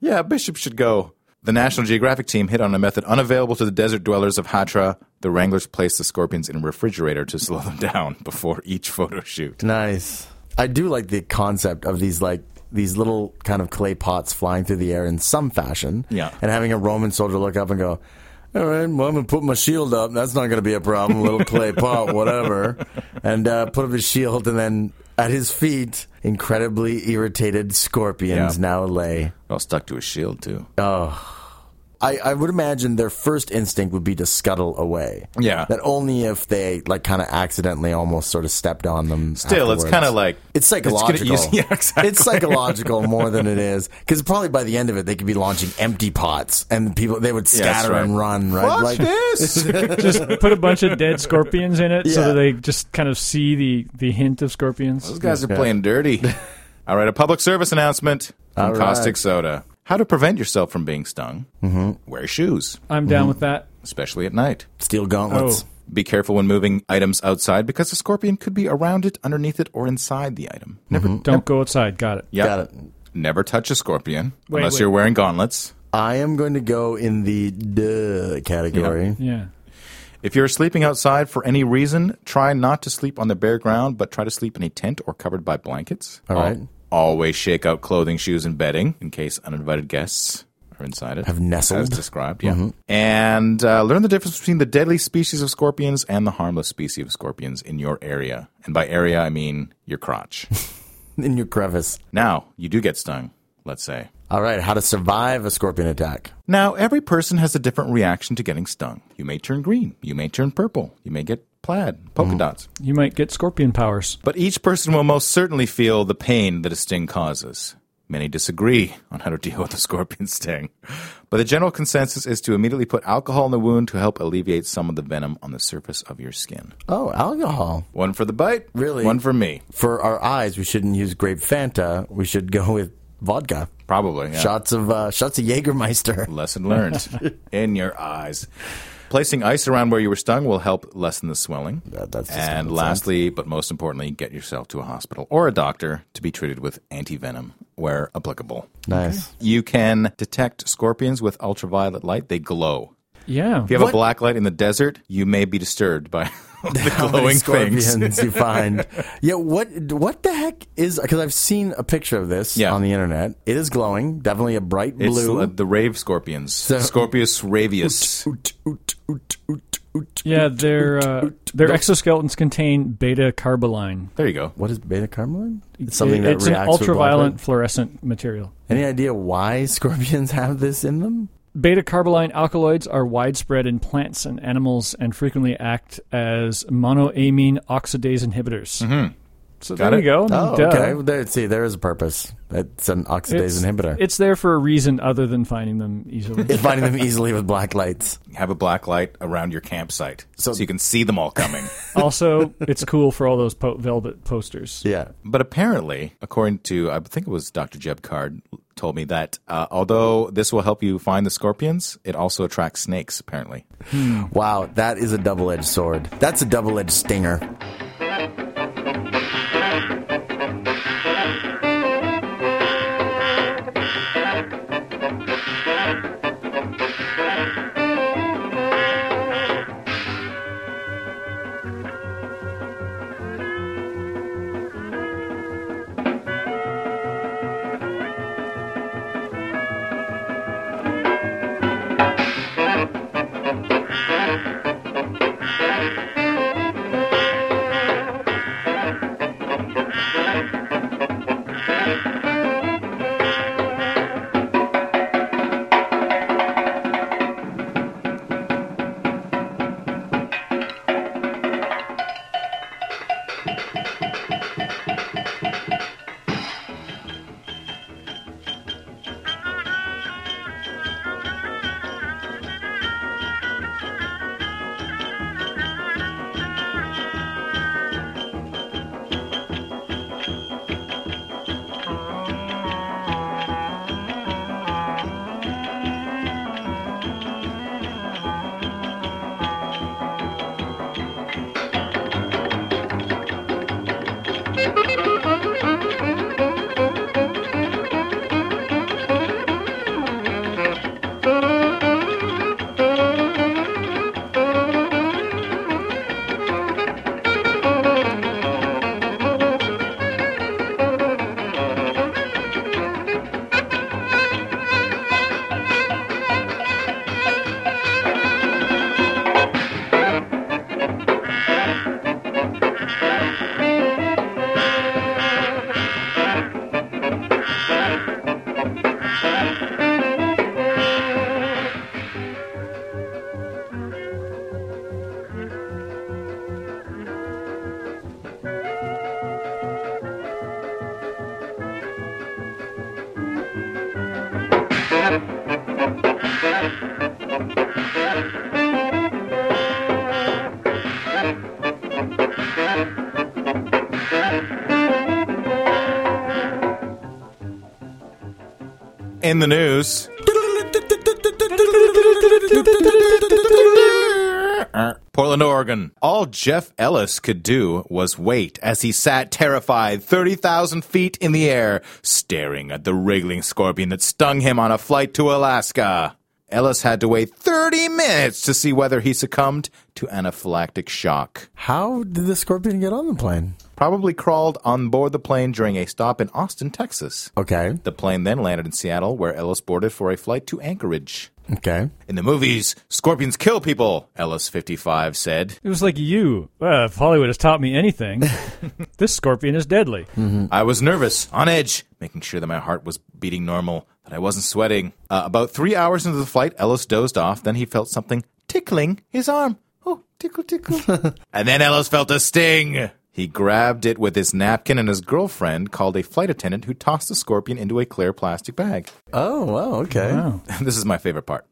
S2: yeah, Bishop should go. The National Geographic team hit on a method unavailable to the desert dwellers of Hatra. The wranglers placed the scorpions in a refrigerator to slow them down before each photo shoot.
S1: Nice. I do like the concept of these like these little kind of clay pots flying through the air in some fashion.
S2: Yeah.
S1: And having a Roman soldier look up and go, All right, well, I'm gonna put my shield up. That's not gonna be a problem, little clay pot, whatever. And uh, put up his shield and then at his feet, incredibly irritated scorpions
S2: Yeah.
S1: now lay.
S2: Well, stuck to his shield too.
S1: I, I would imagine their first instinct would be to scuttle away.
S2: Yeah.
S1: That only if they like kind of accidentally almost sort of stepped on them.
S2: Still, it's
S1: afterwards.
S2: kinda like-
S1: it's
S2: it's gonna
S1: psychological.
S2: use- yeah, exactly.
S1: It's psychological more than it is because probably by the end of it they could be launching empty pots and people they would
S2: that's
S1: scatter
S2: right.
S1: and run right.
S2: Watch
S1: like
S2: this.
S4: Just put a bunch of dead scorpions in it so
S1: Yeah.
S4: that they just kind of see the, the hint of scorpions.
S2: Those guys are playing dirty. All right, a public service announcement from
S1: All right.
S2: Caustic Soda: How to prevent yourself from being stung? Mm-hmm. Wear shoes,
S4: I'm
S1: Mm-hmm.
S4: down with that.
S2: especially at night.
S1: steel gauntlets.
S4: Oh.
S2: Be careful when moving items outside because the scorpion could be around it, underneath it, or inside the item. Never,
S4: Oh, Don't go outside. Got it.
S2: Yep.
S1: Got it.
S2: Never touch a scorpion
S4: Wait,
S2: unless
S4: wait.
S2: you're wearing gauntlets.
S1: I am going to go in the duh category.
S4: Yeah.
S2: If you're sleeping outside for any reason, try not to sleep on the bare ground, but try to sleep in a tent or covered by blankets.
S1: All right.
S2: Al- Always shake out clothing, shoes, and bedding in case uninvited guests are inside it.
S1: Have nestled. Mm-hmm.
S2: As described, yeah. And uh, learn the difference between the deadly species of scorpions and the harmless species of scorpions in your area. And by area, I mean your crotch.
S1: In your crevice,
S2: now, you do get stung, let's say.
S1: All right, how to survive a scorpion attack.
S2: Now, every person has a different reaction to getting stung. You may turn green, you may turn purple, you may get plaid,
S1: Mm-hmm.
S2: polka dots.
S4: You might get scorpion powers.
S2: But each person will most certainly feel the pain that a sting causes. Many disagree on how to deal with a scorpion sting. But the general consensus is to immediately put alcohol in the wound to help alleviate some of the venom on the surface of your skin.
S1: Oh, alcohol.
S2: One for the bite,
S1: Really?
S2: One for me,
S1: For our eyes, we shouldn't use grape Fanta. We should go with vodka.
S2: probably. yeah.
S1: Shots of uh, shots of Jägermeister.
S2: Lesson learned in your eyes. Placing ice around where you were stung will help lessen the swelling.
S1: That- that's just
S2: and
S1: common
S2: lastly, but most importantly, get yourself to a hospital or a doctor to be treated with antivenom where applicable.
S1: Nice.
S2: You can detect scorpions with ultraviolet light. They glow.
S4: Yeah.
S2: If you have
S1: What?
S2: a black light in the desert, you may be disturbed by the
S1: How many
S2: glowing things.
S1: scorpions you find. Yeah, what what the heck is? Because I've seen a picture of this
S2: Yeah.
S1: on the internet. It is glowing, definitely a bright
S2: It's
S1: blue.
S2: uh, the rave scorpions. Scorpius ravius.
S1: Oot, oot, oot, oot, oot.
S4: Yeah, their uh, their exoskeletons contain beta carboline.
S2: There you go.
S1: What is beta carmine? It's something that
S4: it's an
S1: reacts with
S4: ultraviolet
S1: light.
S4: fluorescent material.
S1: Any idea why scorpions have this in them?
S4: Beta carboline alkaloids are widespread in plants and animals and frequently act as monoamine oxidase inhibitors. So
S2: Got
S4: there
S2: it.
S4: you go. I mean,
S1: Oh,
S4: duh.
S1: okay. Well, there, see, there is a purpose. It's an oxidase
S4: It's-
S1: inhibitor.
S4: It's there for a reason other than finding them easily.
S1: It's finding them easily with black lights.
S2: Have a black light around your campsite
S1: So-
S2: so you can see them all coming.
S4: also, it's cool for all those po- velvet posters.
S1: Yeah.
S2: But apparently, according to I think it was Dr. Jeb Card told me that uh, although this will help you find the scorpions, it also attracts snakes. Apparently,
S1: Wow, that is a double edged sword. That's a double edged stinger.
S2: in the news. Portland, Oregon. All Jeff Ellis could do was wait as he sat terrified 30,000 feet in the air, staring at the wriggling scorpion that stung him on a flight to Alaska. Ellis had to wait 30 minutes to see whether he succumbed to anaphylactic shock.
S1: How did the scorpion get on the plane?
S2: Probably crawled on board the plane during a stop in Austin, Texas.
S1: Okay.
S2: The plane then landed in Seattle, where Ellis boarded for a flight to Anchorage.
S1: Okay.
S2: In the movies, scorpions kill people, Ellis 55 said.
S4: It was like you. Well, if Hollywood has taught me anything, This scorpion is deadly.
S2: I was nervous, on edge, making sure that my heart was beating normal, that I wasn't sweating. Uh, about three hours into the flight, Ellis dozed off. Then he felt something tickling his arm. Oh, tickle, tickle. and then Ellis felt a sting. He grabbed it with his napkin, and his girlfriend called a flight attendant who tossed the scorpion into a clear plastic bag.
S1: Oh, wow, okay.
S2: this is my favorite part.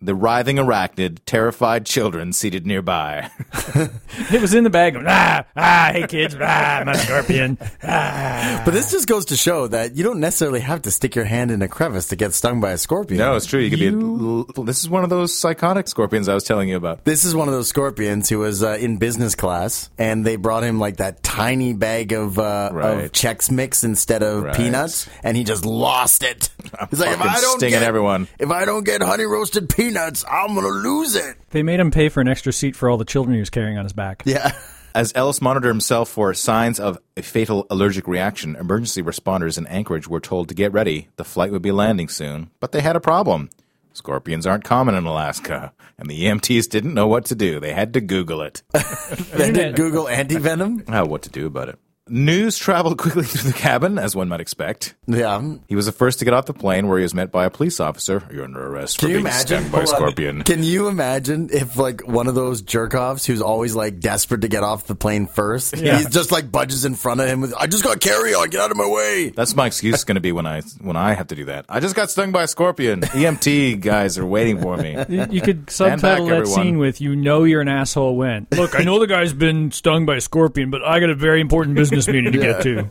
S2: The writhing arachnid, terrified children seated nearby.
S4: It was in the bag. Ah, ah, hey kids, ah, my scorpion. Ah.
S1: But this just goes to show that you don't necessarily have to stick your hand in a crevice to get stung by a scorpion.
S2: no, Oh, it's true. You could be. A, this is one of those psychotic scorpions I was telling you about.
S1: This is one of those scorpions who was uh, in business class, and they brought him like that tiny bag of uh,
S2: Right.
S1: of Chex Mix instead of
S2: Right.
S1: peanuts, and he just lost it. He's like, if
S2: fucking
S1: I don't
S2: stinging
S1: get
S2: everyone."
S1: if I don't get honey roasted peanuts, I'm gonna lose it.
S4: They made him pay for an extra seat for all the children he was carrying on his back.
S1: Yeah,
S2: As Ellis monitored himself for signs of a fatal allergic reaction, emergency responders in Anchorage were told to get ready. The flight would be landing soon, but they had a problem. Scorpions aren't common in Alaska, and the EMTs didn't know what to do. They had to Google it.
S1: they did Google anti venom.
S2: Ah, what to do about it. News traveled quickly through the cabin, as one might expect.
S1: Yeah, can
S2: He was the first to get off the plane, where he was met by a police officer. You're under arrest for
S1: you
S2: being
S1: imagine?
S2: stung by a
S1: Hold on.
S2: scorpion.
S1: Can you imagine if like one of those jerk offs who's always like desperate to get off the plane first, he just like budges in front of him with, "I just got carry on, get out of my way."
S2: That's my excuse going to be when I when I have to do that. I just got stung by a scorpion. EMT guys are waiting for me.
S4: You- You could subtitle that
S2: everyone.
S4: scene with "You know you're an asshole when." Look, I know the guy's been stung by a scorpion, but I got a very important business meeting to get to.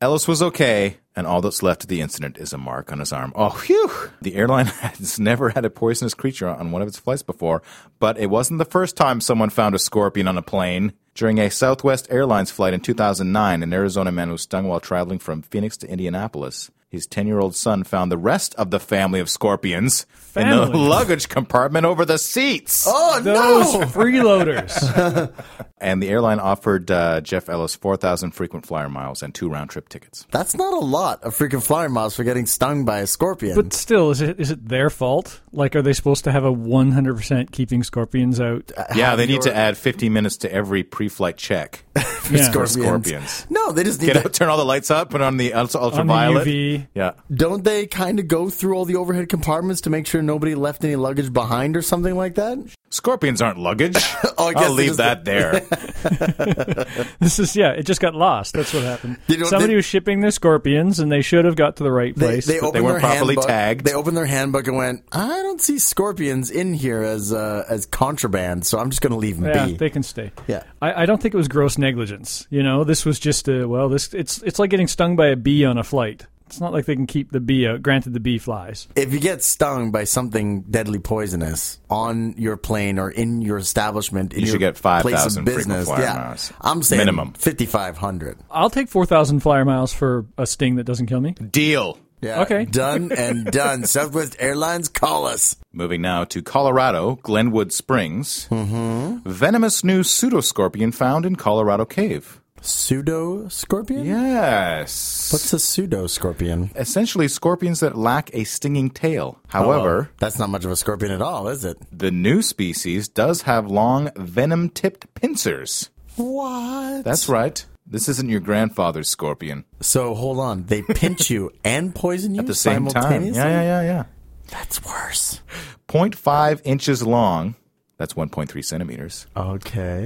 S2: Ellis was okay, and all that's left of the incident is a mark on his arm. Oh, phew! The airline has never had a poisonous creature on one of its flights before, but it wasn't the first time someone found a scorpion on a plane. During a Southwest Airlines flight in 2009, an Arizona man was stung while traveling from Phoenix to Indianapolis. His 10 year old son found the rest of the family of scorpions in the
S4: Family?
S2: luggage compartment over the seats.
S1: Oh
S4: Those
S1: no!
S4: freeloaders.
S2: And the airline offered uh, Jeff Ellis 4,000 frequent flyer miles and two round trip tickets.
S1: That's not a lot of freaking flyer miles for getting stung by a scorpion.
S4: But still, is it is it their fault? Like, are they supposed to have a 100% keeping scorpions out?
S1: Uh,
S2: Yeah, they need to add 15 minutes to every pre-flight check.
S4: Yeah.
S2: scorpions.
S1: No, they just need
S2: Get
S1: to.
S2: out, turn all the lights up, put on the ultra,
S4: On the
S2: ultraviolet.
S4: UV.
S2: Yeah.
S1: Don't they kind of go through all the overhead compartments to make sure nobody left any luggage behind or something like that?
S2: Scorpions aren't luggage.
S1: Oh, I guess they
S2: I'll leave
S1: just-
S2: that there.
S4: This is yeah. It just got lost. That's what happened.
S1: They don't-
S4: Somebody
S1: they-
S4: was shipping their scorpions, and they should have got to the right
S1: They,
S4: place.
S1: they opened their
S2: weren't properly
S1: handbook,
S2: tagged.
S1: They opened their handbook and went, "I don't see scorpions in here as uh, as contraband, so I'm just going to leave them
S4: yeah,
S1: be."
S4: they can stay.
S1: Yeah.
S4: I, I don't think it was gross negligence. You know, this was just a well. This it's it's like getting stung by a bee on a flight. It's not like they can keep the bee out. Granted, the bee flies.
S1: if you get stung by something deadly poisonous on your plane or in your establishment, in
S2: You
S1: your
S2: should get
S1: place
S2: 5,000
S1: of
S2: frequent
S1: business,
S2: flyer
S1: yeah,
S2: miles.
S1: I'm saying
S2: Minimum.
S1: 5,500.
S4: I'll take four thousand flyer miles for a sting that doesn't kill me.
S2: Deal.
S1: Yeah.
S4: Okay.
S1: Done and done. Southwest Airlines, call us.
S2: Moving now to Colorado, Glenwood Springs. Mm-hmm. Venomous new pseudoscorpion found in Colorado Cave.
S1: Pseudo scorpion?
S2: Yes.
S1: What's a pseudo scorpion?
S2: Essentially, scorpions that lack a stinging tail. However,
S1: That's not much of a scorpion at all, is it?
S2: the new species does have long venom tipped pincers.
S1: What?
S2: That's right. This isn't your grandfather's scorpion.
S1: So hold on. They pinch you and poison you
S2: At the same time.
S1: simultaneously?
S2: Yeah, yeah, yeah, yeah.
S1: That's worse.
S2: 0.5 inches long. That's 1.3 centimeters.
S1: Okay.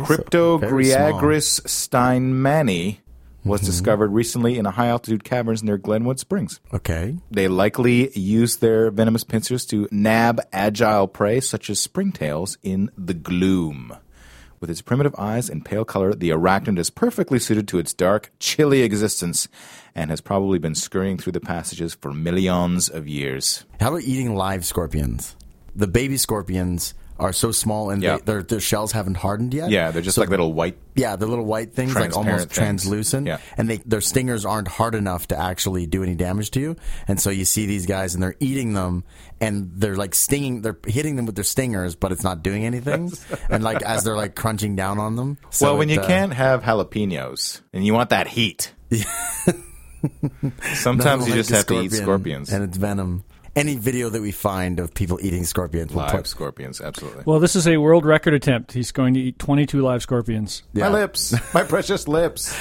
S2: Cryptogriagris steinmanni was
S1: Mm-hmm.
S2: discovered recently in a high altitude caverns near Glenwood Springs.
S1: Okay.
S2: They likely use their venomous pincers to nab agile prey such as springtails in the gloom. With its primitive eyes and pale color, the arachnid is perfectly suited to its dark, chilly existence and has probably been scurrying through the passages for millions of years.
S1: How about eating live scorpions? The baby scorpions are so small and
S2: Yeah.
S1: they, their, their shells haven't hardened yet.
S2: Yeah, they're just like little white.
S1: Yeah, the little white things, like
S2: Transparent
S1: almost
S2: things.
S1: translucent,
S2: Yeah.
S1: and they their stingers aren't hard enough to actually do any damage to you. And so you see these guys, and they're eating them, and they're like stinging, they're hitting them with their stingers, but it's not doing anything. and like as they're like crunching down on them. So
S2: well, when
S1: it,
S2: you
S1: uh,
S2: can't have jalapenos and you want that heat, sometimes
S1: nothing
S2: you just
S1: like a
S2: have to
S1: scorpion
S2: eat scorpions.
S1: and its venom. Any video that we find of people eating scorpions, we'll
S2: Live
S1: put
S2: scorpions, absolutely.
S4: Well, this is a world record attempt. He's going to eat twenty-two live scorpions.
S1: yeah.
S2: My lips, my precious lips.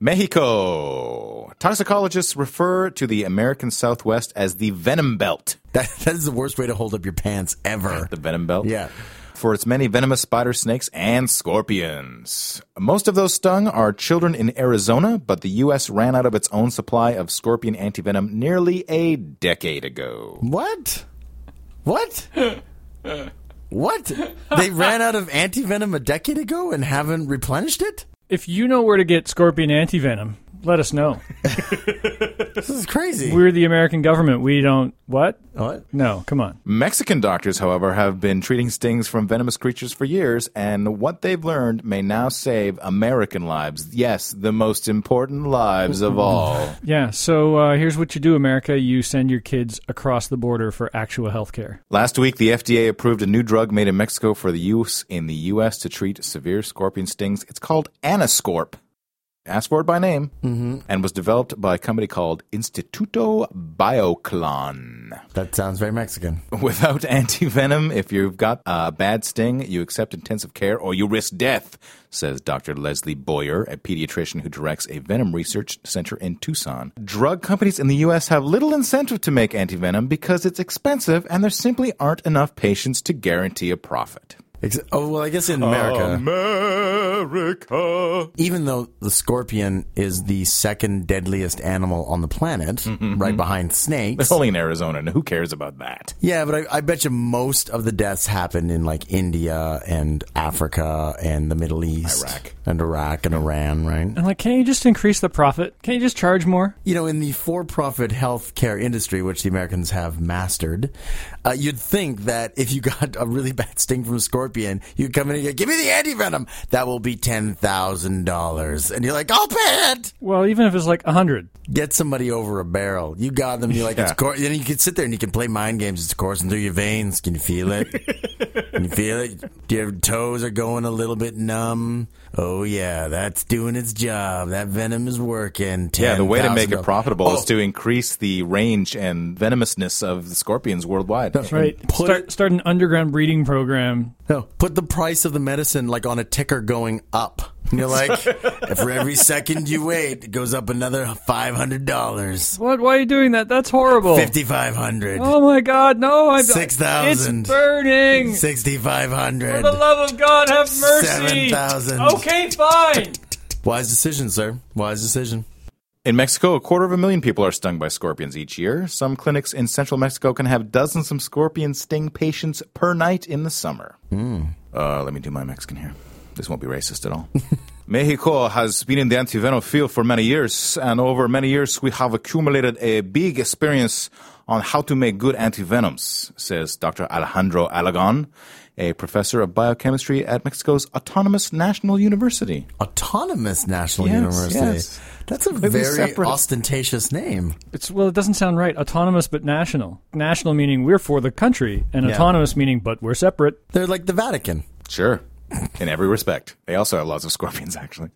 S2: Mexico. Toxicologists refer to the American Southwest as the Venom Belt.
S1: That, that is the worst way to hold up your pants ever.
S2: The Venom Belt?
S1: Yeah.
S2: For its many venomous spider snakes and scorpions. Most of those stung are children in Arizona, but the U.S. ran out of its own supply of scorpion antivenom nearly a decade ago.
S1: What? What? what? They ran out of antivenom a decade ago and haven't replenished it?
S4: If you know where to get scorpion antivenom, let us know.
S1: This is crazy.
S4: We're the American government. We don't. What?
S1: what?
S4: No, come on.
S2: Mexican doctors, however, have been treating stings from venomous creatures for years, and what they've learned may now save American lives. Yes, the most important lives of all.
S4: Yeah, so uh, here's what you do, America. You send your kids across the border for actual health care.
S2: Last week, the FDA approved a new drug made in Mexico for the use in the U.S. to treat severe scorpion stings. It's called Anascorp. Asked for it by name, and was developed by a company called Instituto Bioclan.
S1: That sounds very Mexican.
S2: Without antivenom, if you've got a bad sting, you accept intensive care or you risk death, says Dr. Leslie Boyer, a pediatrician who directs a venom research center in Tucson. Drug companies in the U.S. have little incentive to make antivenom because it's expensive and there simply aren't enough patients to guarantee a profit.
S1: Ex- oh, well, I guess in America,
S2: America.
S1: even though the scorpion is the second deadliest animal on the planet,
S2: Mm-hmm.
S1: right behind snakes.
S2: It's only in Arizona, and who cares about that?
S1: Yeah, but I, I bet you most of the deaths happened in like India and Africa and the Middle East,
S2: Iraq.
S1: and Iraq and Iran, right?
S4: And like, can't you just increase the profit? Can't you just charge more?
S1: You know, in the for-profit healthcare industry, which the Americans have mastered, uh, you'd think that if you got a really bad sting from a scorpion, you'd come in and go, "Give me the antivenom." That will be ten thousand dollars, and you're like, "I'll pay it."
S4: Well, even if it's like a hundred.
S1: Get somebody over a barrel. You got them. You're like,
S2: Yeah.
S1: "It's cor-" Then you can sit there and you can play mind games. It's coursing through your veins. Can you feel it? Can you feel it? Your toes are going a little bit numb. Oh yeah, that's doing its job. That venom is working.
S2: Yeah, the way to make it
S1: $10,000.
S2: profitable
S1: Oh,
S2: is to increase the range and venomousness of the scorpions worldwide.
S1: That's
S4: Right.
S1: Put
S4: Start start an underground breeding program.
S1: No, put the price of the medicine like on a ticker going up. And you're like, for every second you wait, it goes up another five hundred dollars,
S4: What? Why are you doing that? That's horrible.
S1: fifty five hundred,
S4: Oh my God! No, I'm
S1: Six thousand.
S4: It's burning.
S1: sixty five
S4: For
S1: hundred.
S4: the love of God, have mercy.
S1: Seven thousand.
S4: Okay, fine.
S1: Wise decision, sir. Wise decision.
S2: In Mexico, a quarter of a million people are stung by scorpions each year. Some clinics in central Mexico can have dozens of scorpion sting patients per night in the summer. Uh, let me do my Mexican here. This won't be racist at all. Mexico has been in the anti-venom field for many years, and over many years we have accumulated a big experience on how to make good antivenoms, says Dr. Alejandro Alagon, a professor of biochemistry at Mexico's Autonomous National University.
S1: Autonomous National
S2: Yes,
S1: University.
S2: yes.
S1: That's a
S2: Completely
S1: very
S2: separate.
S1: ostentatious name.
S4: It's well, it doesn't sound right. Autonomous but national. National meaning we're for the country, and autonomous meaning but we're separate.
S1: They're like the Vatican.
S2: Sure. In every respect. They also have lots of scorpions, actually.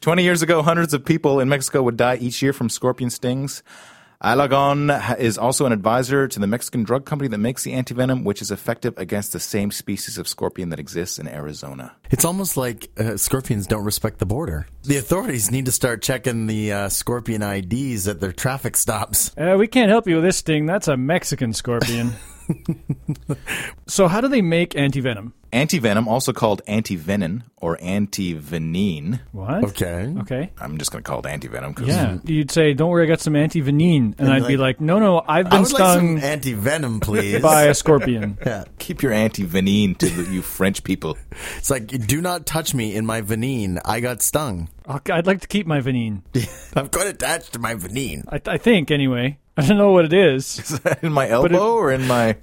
S2: 20 years ago, hundreds of people in Mexico would die each year from scorpion stings. Alagon ha- is also an advisor to the Mexican drug company that makes the antivenom, which is effective against the same species of scorpion that exists in Arizona.
S1: It's almost like uh, scorpions don't respect the border. The authorities need to start checking the uh, scorpion IDs at their traffic stops.
S4: Uh, we can't help you with this sting. That's a Mexican scorpion. so, how do they make antivenom?
S2: Antivenom, also called antivenin or antivenine.
S4: What?
S1: Okay.
S4: Okay.
S2: I'm just going to call it antivenom because
S4: Yeah. You'd say, "Don't worry, I got some antivenine," and I'd be like, "No, no, I've
S1: I
S4: been
S1: would like some
S4: stung
S1: anti venom, please.
S4: by a scorpion."
S2: keep your antivenine to the, you French people.
S1: It's like, do not touch me in my venine. I got stung.
S4: I'll- I'd like to keep my venine.
S1: I'm quite attached to my venine.
S4: I, I think anyway. I don't know what it is.
S2: in my elbow or in my.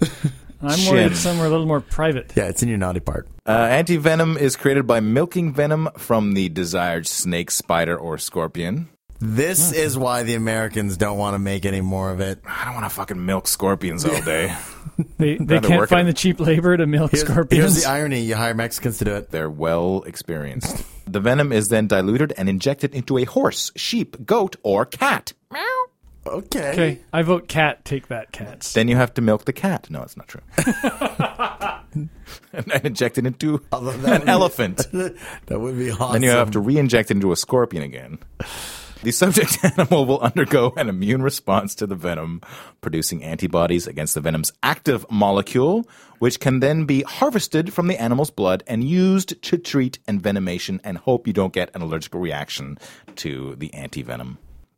S4: I'm
S2: Shit.
S4: worried somewhere a little more private.
S1: Yeah, it's in your naughty part.
S2: Uh, antivenom is created by milking venom from the desired snake, spider, or scorpion.
S1: This is why the Americans don't want to make any more of it.
S2: I don't want to fucking milk scorpions all day.
S4: They they
S2: Rather
S4: can't
S2: work it.
S4: find the cheap labor to milk
S1: Here's-
S4: scorpions.
S1: Here's the irony you hire Mexicans to do it.
S2: They're well experienced. The venom is then diluted and injected into a horse, sheep, goat, or cat.
S1: Okay.
S4: okay, I vote cat. Take that, cats.
S2: Then you have to milk the cat. No, that's not true. and then inject it into
S1: Although that
S2: an
S1: would be-
S2: elephant.
S1: that would be awesome.
S2: Then you have to re inject it into a scorpion again. The subject animal will undergo an immune response to the venom, producing antibodies against the venom's active molecule, which can then be harvested from the animal's blood and used to treat envenomation and hope you don't get an allergic reaction to the antivenom.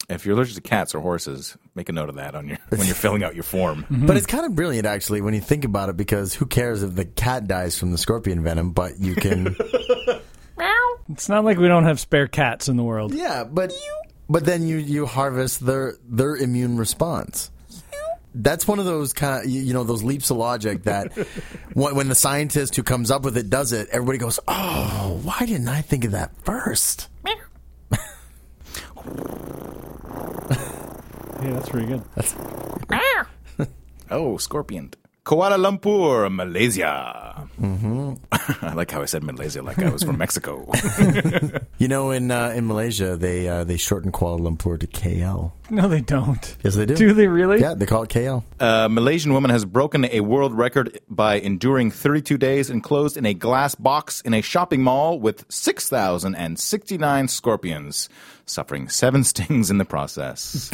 S2: If you're allergic to cats or horses, make a note of that on your when you're filling out your form.
S1: But it's kind of brilliant, actually, when you think about it, because who cares if the cat dies from the scorpion venom? But you can,
S4: It's not like we don't have spare cats in the world.
S1: yeah. But but then you you harvest their their immune response. That's one of those kind, you you know, those leaps of logic that when when the scientist who comes up with it does it, everybody goes, "Oh, why didn't I think of that first?
S4: Yeah, that's pretty good.
S2: Oh, scorpion. Kuala Lumpur, Malaysia. Mm-hmm. I like how I said Malaysia like I was from Mexico.
S1: You know, in uh, in Malaysia, they uh, they shorten Kuala Lumpur to KL.
S4: No, they don't.
S1: Yes, they do.
S4: Do they really?
S1: Yeah, they call it KL.
S2: a Malaysian woman has broken a world record by enduring 32 days enclosed in a glass box in a shopping mall with 6,069 scorpions, suffering seven stings in the process.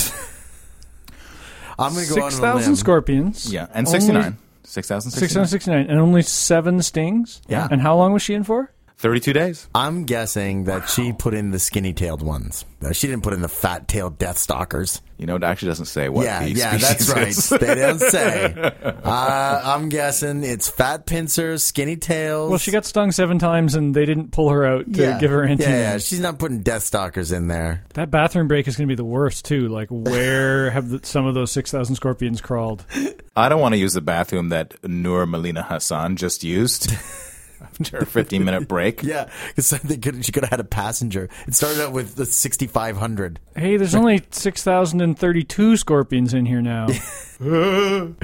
S1: I'm going to go
S4: Six
S1: out on a limb.
S4: thousand scorpions.
S2: yeah, and
S4: Only
S2: 69. 6,069.
S4: 669 and only seven stings?
S1: Yeah.
S4: And how long was she in for?
S2: 32 days.
S1: I'm guessing that she put in the skinny-tailed ones. Uh, She didn't put in the fat-tailed death stalkers.
S2: You know, it actually doesn't say what
S1: yeah,
S2: the
S1: yeah,
S2: species
S1: that's
S2: is.
S1: right. They don't say. Uh, I'm guessing it's fat pincers, skinny tails.
S4: Well, she got stung seven times and they didn't pull her out to
S1: yeah.
S4: give her anti.
S1: Yeah, yeah, she's not putting death stalkers in there.
S4: That bathroom break is going to be the worst, too. Like, where have the, some of those 6,000 scorpions crawled?
S2: I don't want to use the bathroom that Noor Malina Hassan just used after a 15 minute break.
S1: Yeah, because they could. She could have had a passenger. It started out with the 6,500.
S4: Hey, there's only 6,032 scorpions in here now.
S2: Noor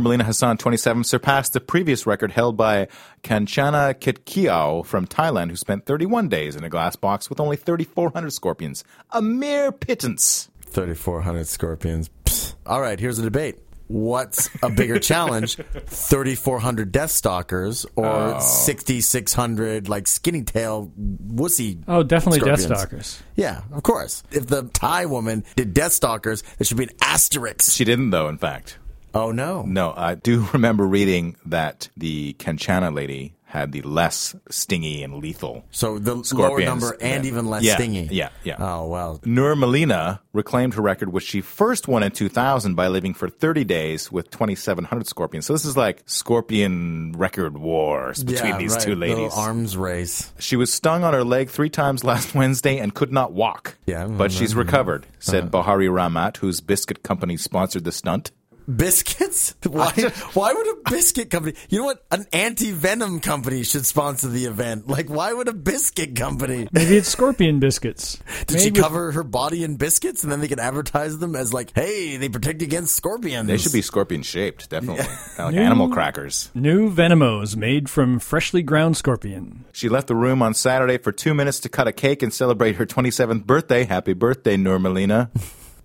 S2: Malina Hassan, 27, surpassed the previous record held by Kanchana Kitkiao from Thailand, who spent 31 days in a glass box with only 3,400 scorpions. A mere pittance.
S1: 3,400 scorpions. Psst. All right, here's a debate. What's a bigger challenge? 3,400 death stalkers or
S2: Oh.
S1: 6,600 like skinny tail wussy?
S4: Oh, definitely death
S1: Scorpions.
S4: stalkers.
S1: Yeah, of course. If the Thai woman did death stalkers, there should be an asterisk.
S2: She didn't, though, in fact.
S1: Oh no.
S2: No, I do remember reading that the Kanchana lady had the less stingy and lethal.
S1: So the lower
S2: Scorpions.
S1: number and
S2: Yeah.
S1: even less
S2: Yeah,
S1: stingy.
S2: yeah, yeah.
S1: Oh well.
S2: Nur Malina reclaimed her record, which she first won in 2000 by living for 30 days with 2,700 scorpions. So this is like scorpion record wars between
S1: yeah,
S2: these
S1: right.
S2: two ladies.
S1: Little arms race.
S2: She was stung on her leg three times last Wednesday and could not walk.
S1: Yeah, I
S2: but she's recovered, said Bahari Ramat, whose biscuit company sponsored the stunt.
S1: Biscuits? Why? why would a biscuit company? You know what? An anti venom company should sponsor the event. Like, why would a biscuit company?
S4: Maybe it's scorpion biscuits.
S1: Did she
S4: Maybe-
S1: cover her body in biscuits, and then they can advertise them as like, "Hey, they protect against scorpions."
S2: They should be scorpion shaped, definitely. Kinda like animal crackers.
S4: New Venomos made from freshly ground scorpion.
S2: She left the room on Saturday for two minutes to cut a cake and celebrate her 27th birthday. Happy birthday, Normalina.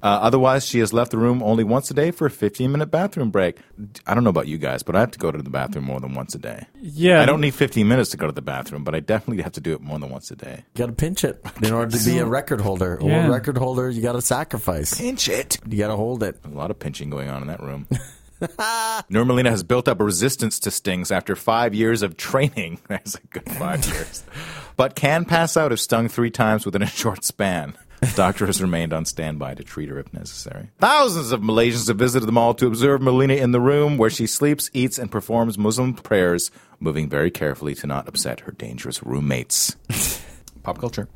S2: Uh, otherwise, she has left the room only once a day for a 15 minute bathroom break. I don't know about you guys, but I have to go to the bathroom more than once a day.
S4: Yeah.
S2: I don't need 15 minutes to go to the bathroom, but I definitely have to do it more than once a day.
S1: Got to pinch it in order to be a record holder.
S4: Yeah.
S1: Or record holder, you got to sacrifice.
S2: Pinch it.
S1: You got to hold it.
S2: A lot of pinching going on in that room. Normalina has built up a resistance to stings after five years of training. That's a good five years. But can pass out if stung three times within a short span. The doctor has remained on standby to treat her if necessary. Thousands of Malaysians have visited the mall to observe Malina in the room where she sleeps, eats, and performs Muslim prayers, moving very carefully to not upset her dangerous roommates. Pop culture.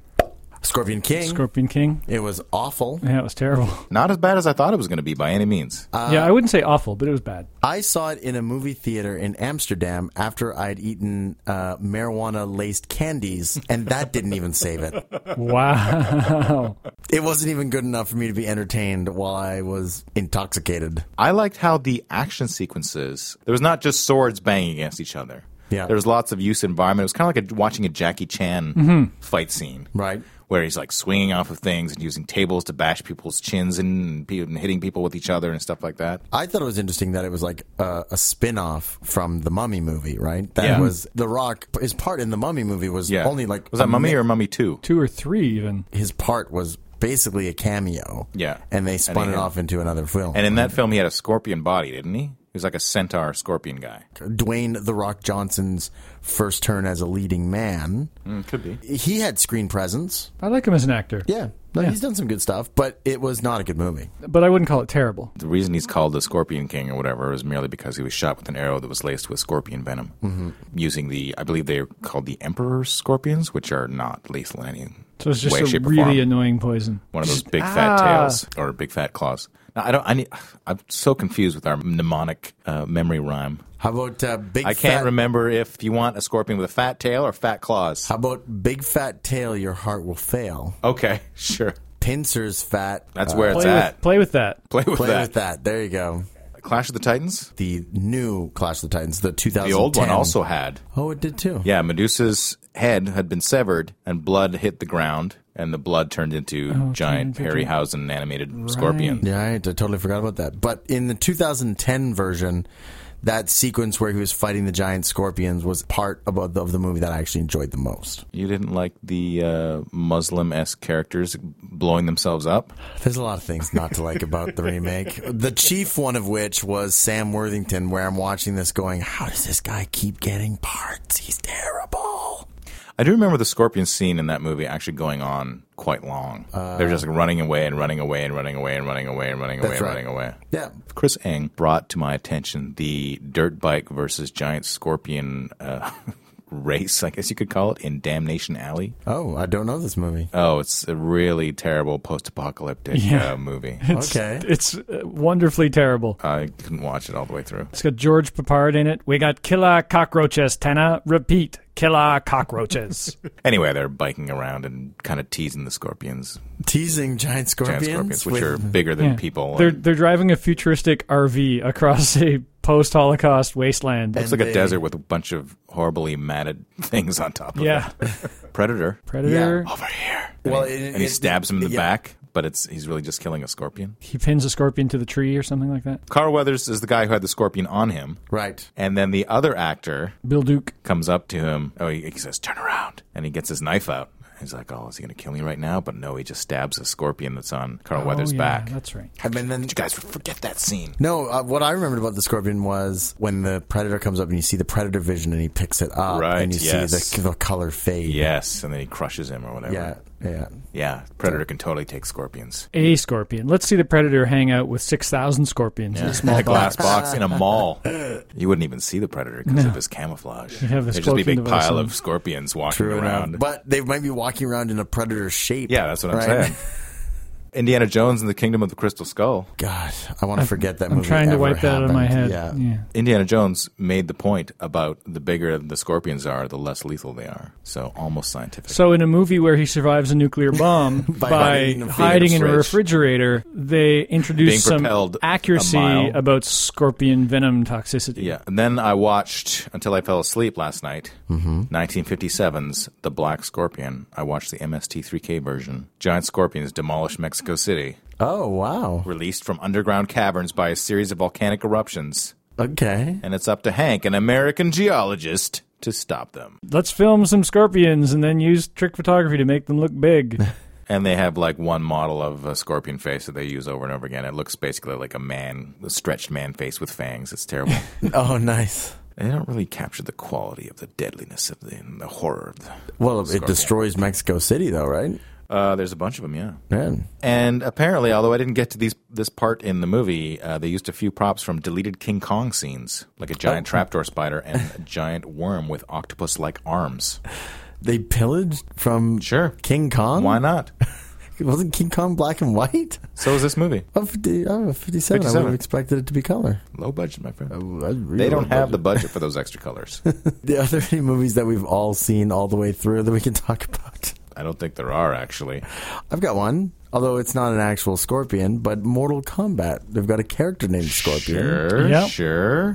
S1: Scorpion King.
S4: Scorpion King.
S1: it was awful.
S4: Yeah, it was terrible.
S2: Not as bad as I thought it was going to be by any means.
S1: Uh,
S4: yeah, I wouldn't say awful, but it was bad.
S1: I saw it in a movie theater in Amsterdam after I'd eaten uh, marijuana laced candies, and that didn't even save it.
S4: Wow.
S1: It wasn't even good enough for me to be entertained while I was intoxicated.
S2: I liked how the action sequences there was not just swords banging against each other.
S1: Yeah.
S2: there was lots of use of environment. It was kind of like a, watching a Jackie Chan fight scene,
S1: Mm-hmm. Right.
S2: Where he's like swinging off of things and using tables to bash people's chins in and, pe- and hitting people with each other and stuff like that.
S1: I thought it was interesting that it was like a, a spin off from the Mummy movie, right? That
S2: Yeah.
S1: was The Rock. His part in the Mummy movie was
S2: Yeah,
S1: only like
S2: was that
S1: a
S2: Mummy
S1: mi-
S2: or Mummy Two?
S4: Two or three, even.
S1: his part was basically a cameo.
S2: Yeah.
S1: And they spun
S2: And he-
S1: it off into another film.
S2: And in that film, he had a scorpion body, didn't he? He was like a centaur scorpion guy.
S1: Dwayne The Rock Johnson's first turn as a leading man.
S2: could be.
S1: He had screen presence.
S4: I like him as an actor,
S1: Yeah. No, he's done some good stuff, but it was not a good movie.
S4: but I wouldn't call it terrible.
S2: The reason he's called the Scorpion King or whatever is merely because he was shot with an arrow that was laced with scorpion venom, mm-hmm. using the I believe they're called the Emperor's scorpions, which are not lethal in any
S4: So it's just
S2: way,
S4: a
S2: shape, or
S4: really
S2: form.
S4: annoying poison.
S2: one of those big
S1: Ah.
S2: fat tails or big fat claws. Now, I don't. I need, I'm so confused with our mnemonic uh, memory rhyme.
S1: How about uh, Big
S2: I can't
S1: Fat
S2: remember if you want a scorpion with a fat tail or fat claws.
S1: How about Big Fat Tail Your Heart Will Fail?
S2: Okay, sure. Pincer's
S1: Pincer's Fat.
S2: That's where it's
S4: Play
S2: at.
S4: with, play with that.
S2: play with
S1: Uh, Play
S2: that.
S1: with that. There you go.
S2: Clash of the Titans.
S1: The new Clash of the Titans, the 2010.
S2: The old one also had.
S1: Oh, it did too.
S2: Yeah, Medusa's head had been severed, and blood hit the ground, and the blood turned into
S1: Oh,
S2: giant Harryhausen animated scorpion.
S1: Yeah, I I totally forgot about that. But in the 2010 version, that sequence where he was fighting the giant scorpions was part about the, of the movie that I actually enjoyed the most.
S2: You didn't like the uh, Muslim esque characters blowing themselves up.
S1: There's a lot of things not to like about the remake. The chief one of which was Sam Worthington, where I'm watching this going, how does this guy keep getting parts? He's terrible.
S2: I do remember the scorpion scene in that movie actually going on quite long. They're just like running away and running away and running away and running away and running away
S1: Uh, That's
S2: and
S1: right.
S2: running away.
S1: Yeah.
S2: Chris Eng brought to my attention the dirt bike versus giant scorpion uh, race, I guess you could call it, in Damnation Alley.
S1: Oh, I don't know this movie.
S2: Oh, it's a really terrible post-apocalyptic
S4: Yeah.
S2: uh, movie.
S4: It's,
S1: Okay.
S4: It's uh, wonderfully terrible.
S2: I couldn't watch it all the way through.
S4: It's got George Papard in it. We got killer cockroaches, Tana. Repeat, killer cockroaches.
S2: Anyway, they're biking around and kind of teasing the scorpions,
S1: Teasing giant
S2: giant
S1: scorpions.
S2: scorpions,
S1: with-
S2: which are bigger than
S4: Yeah.
S2: people.
S4: They're
S2: and
S4: they're driving a futuristic RV across a post-Holocaust wasteland.
S2: it's like
S1: they-
S2: a desert with a bunch of horribly matted things on top of
S4: yeah,
S2: it. Predator.
S4: predator.
S2: Over here.
S1: Well,
S2: and, he-
S1: it-
S2: and he
S1: it-
S2: stabs him in the
S1: yeah.
S2: back, but it's he's really just killing a scorpion.
S4: He pins a scorpion to the tree or something like that.
S2: Carl Weathers is the guy who had the scorpion on him.
S1: Right.
S2: And then the other actor
S4: Bill Duke.
S2: comes up to him. Oh, he, he says, "Turn around!" And he gets his knife out. He's like, "Oh, is he going to kill me right now?" But no, he just stabs a scorpion that's on Carl Weathers'
S4: Oh, yeah,
S2: back. You
S4: That's right.
S1: And then, then
S2: guys forget that scene.
S1: No, uh, what I remembered about the scorpion was when the predator comes up and you see the predator vision and he picks it up
S2: Right,
S1: and you
S2: yes.
S1: see the, the color fade.
S2: Yes, and then he crushes him or whatever.
S1: Yeah. Yeah.
S2: yeah. Predator can totally take scorpions.
S4: A scorpion. Let's see the predator hang out with six thousand scorpions in a small
S2: in a glass
S4: box.
S2: box in a mall. You wouldn't even see the predator because of his camouflage.
S4: He'd have this
S2: There'd just be a
S4: cloaking
S2: big
S4: device
S2: pile
S4: on.
S2: of scorpions walking
S1: True
S2: around.
S1: enough. But they might be walking around in a predator shape.
S2: yeah, that's what I'm
S1: right?
S2: saying. Indiana Jones and the Kingdom of the Crystal Skull.
S1: God, I want to forget that
S4: I'm
S1: movie.
S4: trying to
S1: ever
S4: wipe that out of my head.
S1: happened.
S4: Yeah.
S1: Yeah.
S2: Indiana Jones made the point about the bigger the scorpions are, the less lethal they are. So almost scientific.
S4: So in a movie where he survives a nuclear bomb by,
S1: hiding in a
S4: hiding in a
S2: fridge.
S4: refrigerator, they
S2: Being
S4: introduce some
S2: propelled a
S4: accuracy
S2: mile.
S4: about scorpion venom toxicity.
S2: yeah. And then I watched until I fell asleep last night. Mm-hmm. 1957's The Black Scorpion. I watched the MST3K version. Giant scorpions demolish Mexico City,
S1: Oh, wow.
S2: released from underground caverns by a series of volcanic eruptions,
S1: Okay.
S2: and it's up to Hank, an American geologist, to stop them.
S4: Let's film some scorpions and then use trick photography to make them look big.
S2: And they have like one model of a scorpion face that they use over and over again. It looks basically like a man, a stretched man face with fangs. It's terrible.
S1: Oh, nice.
S2: they don't really capture the quality of the deadliness of the, and the horror of the.
S1: Well, it destroys Mexico City, though, right?
S2: Uh, there's a bunch of them, yeah.
S1: Man.
S2: And apparently, although I didn't get to these this part in the movie, uh, they used a few props from deleted King Kong scenes, like a giant trapdoor spider and a giant worm with octopus like arms.
S1: They pillaged from
S2: Sure.
S1: King Kong?
S2: Why not?
S1: Wasn't King Kong black and white?
S2: So is this movie.
S1: Oh, 50, oh, 57. I would
S2: 57.
S1: have expected it to be color.
S2: Low budget, my friend.
S1: They
S2: They don't have the budget for those extra colors.
S1: Are there any movies that we've all seen all the way through that we can talk about?
S2: I don't think there are actually.
S1: I've got one, although it's not an actual scorpion, but Mortal Kombat. They've got a character named Scorpion. Mm-hmm.
S2: Sure,
S4: Yep.
S2: sure.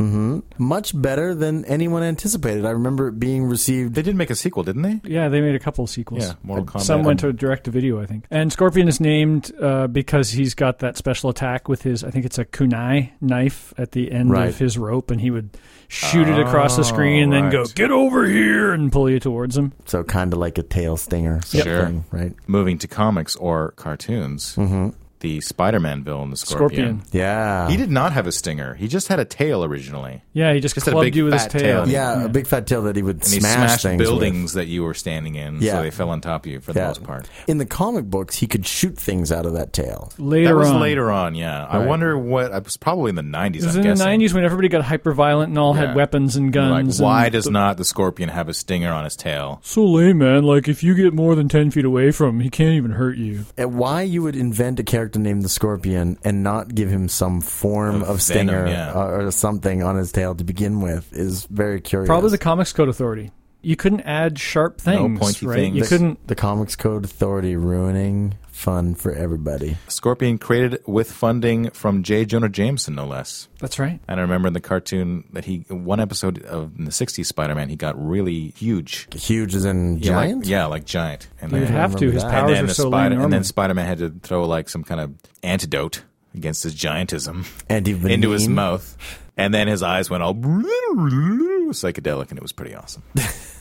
S1: Much better than anyone anticipated. I remember it being received.
S2: They did make a sequel, didn't they?
S4: yeah, they made a couple sequels.
S2: Yeah, Mortal Kombat.
S4: Some went to direct to video, I think. And Scorpion is named uh, because he's got that special attack with his, I think it's a kunai knife at the end
S1: Right.
S4: of his rope, and he would shoot it across the screen and then go,
S2: Oh, right.
S4: get over here, and pull you towards him.
S1: So kind of like a tail stinger, sort of
S2: Sure.
S1: thing, right?
S2: Moving to comics or cartoons, cartoons,
S1: Mm-hmm.
S2: the Spider-Man villain, the Scorpion.
S4: Scorpion.
S1: Yeah.
S2: He did not have a stinger. He just had a tail originally.
S4: Yeah, he just,
S2: Just had a
S4: clubbed
S2: big
S4: you with his
S2: fat
S4: tail.
S2: tail.
S1: yeah, a big fat tail that he would
S2: And he
S1: smash
S2: smashed
S1: things with.
S2: buildings that you were standing in,
S1: Yeah.
S2: so they fell on top of you for the
S1: Yeah.
S2: most part.
S1: In the comic books, he could shoot things out of that tail.
S4: Later
S2: that was
S4: on.
S2: later on, yeah. I wonder what. It was probably in the 90s,
S4: It was
S2: I'm
S4: in
S2: guessing.
S4: the 90s when everybody got hyper violent and all
S2: Yeah.
S4: had weapons and
S2: Like,
S4: guns.
S2: why
S4: and
S2: does not the scorpion have a stinger on his tail?
S4: So lame, man. Like, if you get more than 10 feet away from him, he can't even hurt you.
S1: And why you would invent a character named the Scorpion and not give him some form
S2: Of
S1: of,
S2: venom,
S1: stinger uh,
S2: yeah.
S1: or, or something on his tail to begin with is very curious.
S4: Probably the Comics Code Authority. You couldn't add sharp things,
S2: pointy
S4: right?
S2: things.
S4: You couldn't.
S1: the Comics Code Authority ruining fun for everybody.
S2: Scorpion created with funding from J. Jonah Jameson, no less.
S4: That's right.
S2: And I remember in the cartoon that he one episode of in the '60s Spider-Man, he got really huge,
S1: Huge as in
S2: Yeah, like-
S1: giant.
S2: yeah, like giant. And
S4: You'd have to.
S1: remember
S4: His
S1: that.
S2: and
S4: powers
S2: then
S4: are
S2: the
S4: so
S2: Spider-
S4: lame.
S2: and then Spider-Man had to throw like some kind of antidote against his giantism
S1: Anti-venom.
S2: into his mouth, and then his eyes went all psychedelic, and it was pretty awesome.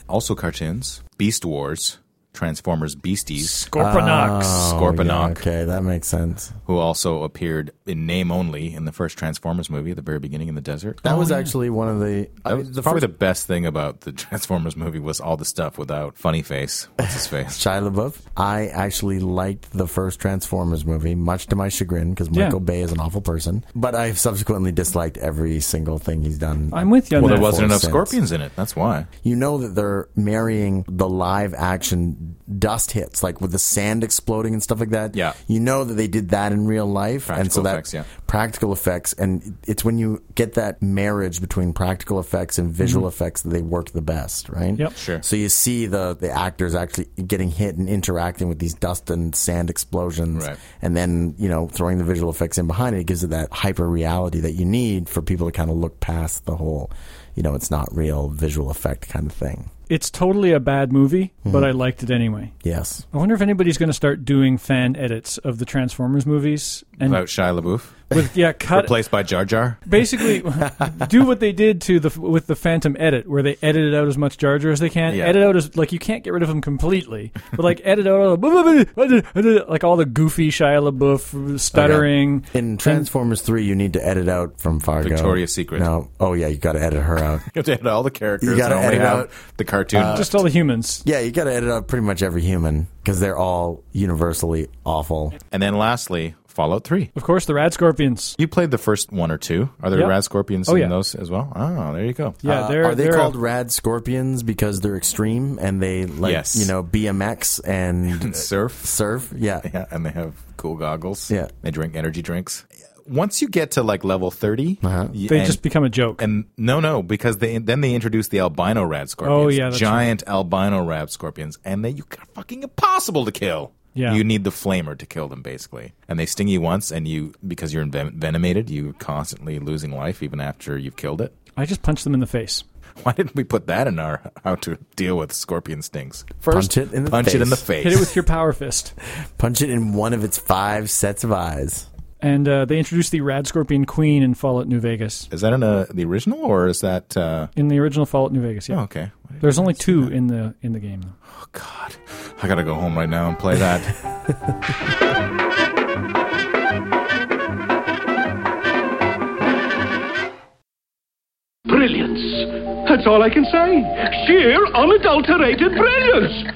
S2: also, cartoons: Beast Wars, Transformers, Beasties,
S4: Scorponox.
S1: Oh,
S2: Scorponok.
S1: yeah, okay, that makes sense.
S2: who also appeared in name only in the first Transformers movie at the very beginning in the desert.
S4: Oh,
S1: That was actually one of the, I-
S2: That was
S1: the
S2: probably
S1: first
S2: the best thing about the Transformers movie was all the stuff without funny face. What's his face?
S1: Shia LaBeouf. I actually liked the first Transformers movie, much to my chagrin, because
S4: Yeah.
S1: Michael Bay is an awful person. But I've subsequently disliked every single thing he's done.
S4: I'm with you on
S2: well, there
S4: that.
S2: wasn't
S1: full
S2: enough
S1: sense.
S2: scorpions in it. That's why.
S1: you know that they're marrying the live action dust hits, like with the sand exploding and stuff like that.
S2: Yeah.
S1: You know that they did that in real life. and so
S2: Practical
S1: that
S2: effects, yeah.
S1: practical effects. And it's when you get that marriage between practical effects and visual effects that they work the best, right?
S4: Mm-hmm. Yep.
S2: Sure.
S1: So you see the, the actors actually getting hit and interacting with these dust and sand explosions.
S2: Right.
S1: And then, you know, throwing the visual effects in behind it, it gives it that hyper reality that you need for people to kind of look past the whole, you know, it's not real visual effect kind of thing.
S4: It's totally a bad movie,
S1: Hmm.
S4: but I liked it anyway.
S1: Yes.
S4: I wonder if anybody's going to start doing fan edits of the Transformers movies and
S2: Without Shia LaBeouf,
S4: with yeah cut
S2: replaced by Jar Jar.
S4: basically do what they did to the with the Phantom edit, where they edited out as much Jar Jar as they can.
S2: Yeah.
S4: Edit out as like you can't get rid of him completely, but like edit out all the, like all the goofy Shia LaBeouf stuttering.
S1: In Transformers 3, you need to edit out from Fargo.
S2: Victoria's Secret.
S1: No. Oh, yeah, you got to edit her out.
S2: You have to edit all the characters.
S1: You gotta
S2: and only
S1: edit
S2: have
S1: out-
S2: the cartoon.
S1: uh,
S4: Just all the humans.
S1: yeah, you got to edit out pretty much every human because they're all universally awful.
S2: and then lastly, Fallout Three.
S4: Of course, the Rad Scorpions.
S2: You played the first one or two. Are there
S4: Yeah.
S2: rad scorpions
S4: Oh,
S2: in
S4: yeah.
S2: those as well? Oh, there you go.
S4: Yeah,
S1: Uh,
S4: they're
S1: are they
S4: they're a-
S1: called rad scorpions because they're extreme and they like
S2: Yes.
S1: you know BMX and
S2: Surf.
S1: surf? Yeah,
S2: Yeah, and they have cool goggles.
S1: Yeah.
S2: They drink energy drinks. Once you get to like level 30,
S1: Uh-huh.
S2: y-
S4: they
S2: and-
S4: just become a joke.
S2: And no, no, because they then they introduced the albino rad scorpions.
S4: Oh, yeah, that's
S2: giant albino rad scorpions, and they you are fucking impossible to kill.
S4: Yeah.
S2: you need the flamer to kill them basically, and they sting you once, and you because you're envenomated, you're constantly losing life even after you've killed it.
S4: I just punched them in the face.
S2: Why didn't we put that in our how to deal with scorpion stings?
S1: Punch it in the
S2: punch it in the
S1: face.
S2: face.
S4: Hit it with your power fist.
S1: punch it in one of its five sets of eyes.
S4: And uh, they introduced the Rad Scorpion Queen in Fallout New Vegas.
S2: is that in uh the original or is that? Uh,
S4: In the original Fallout New Vegas,
S2: oh,
S4: yeah.
S2: okay.
S4: There's only two in the in the game. Though.
S2: Oh God, I gotta go home right now and play that.
S5: Brilliance. That's all I can say. Sheer, unadulterated brilliance.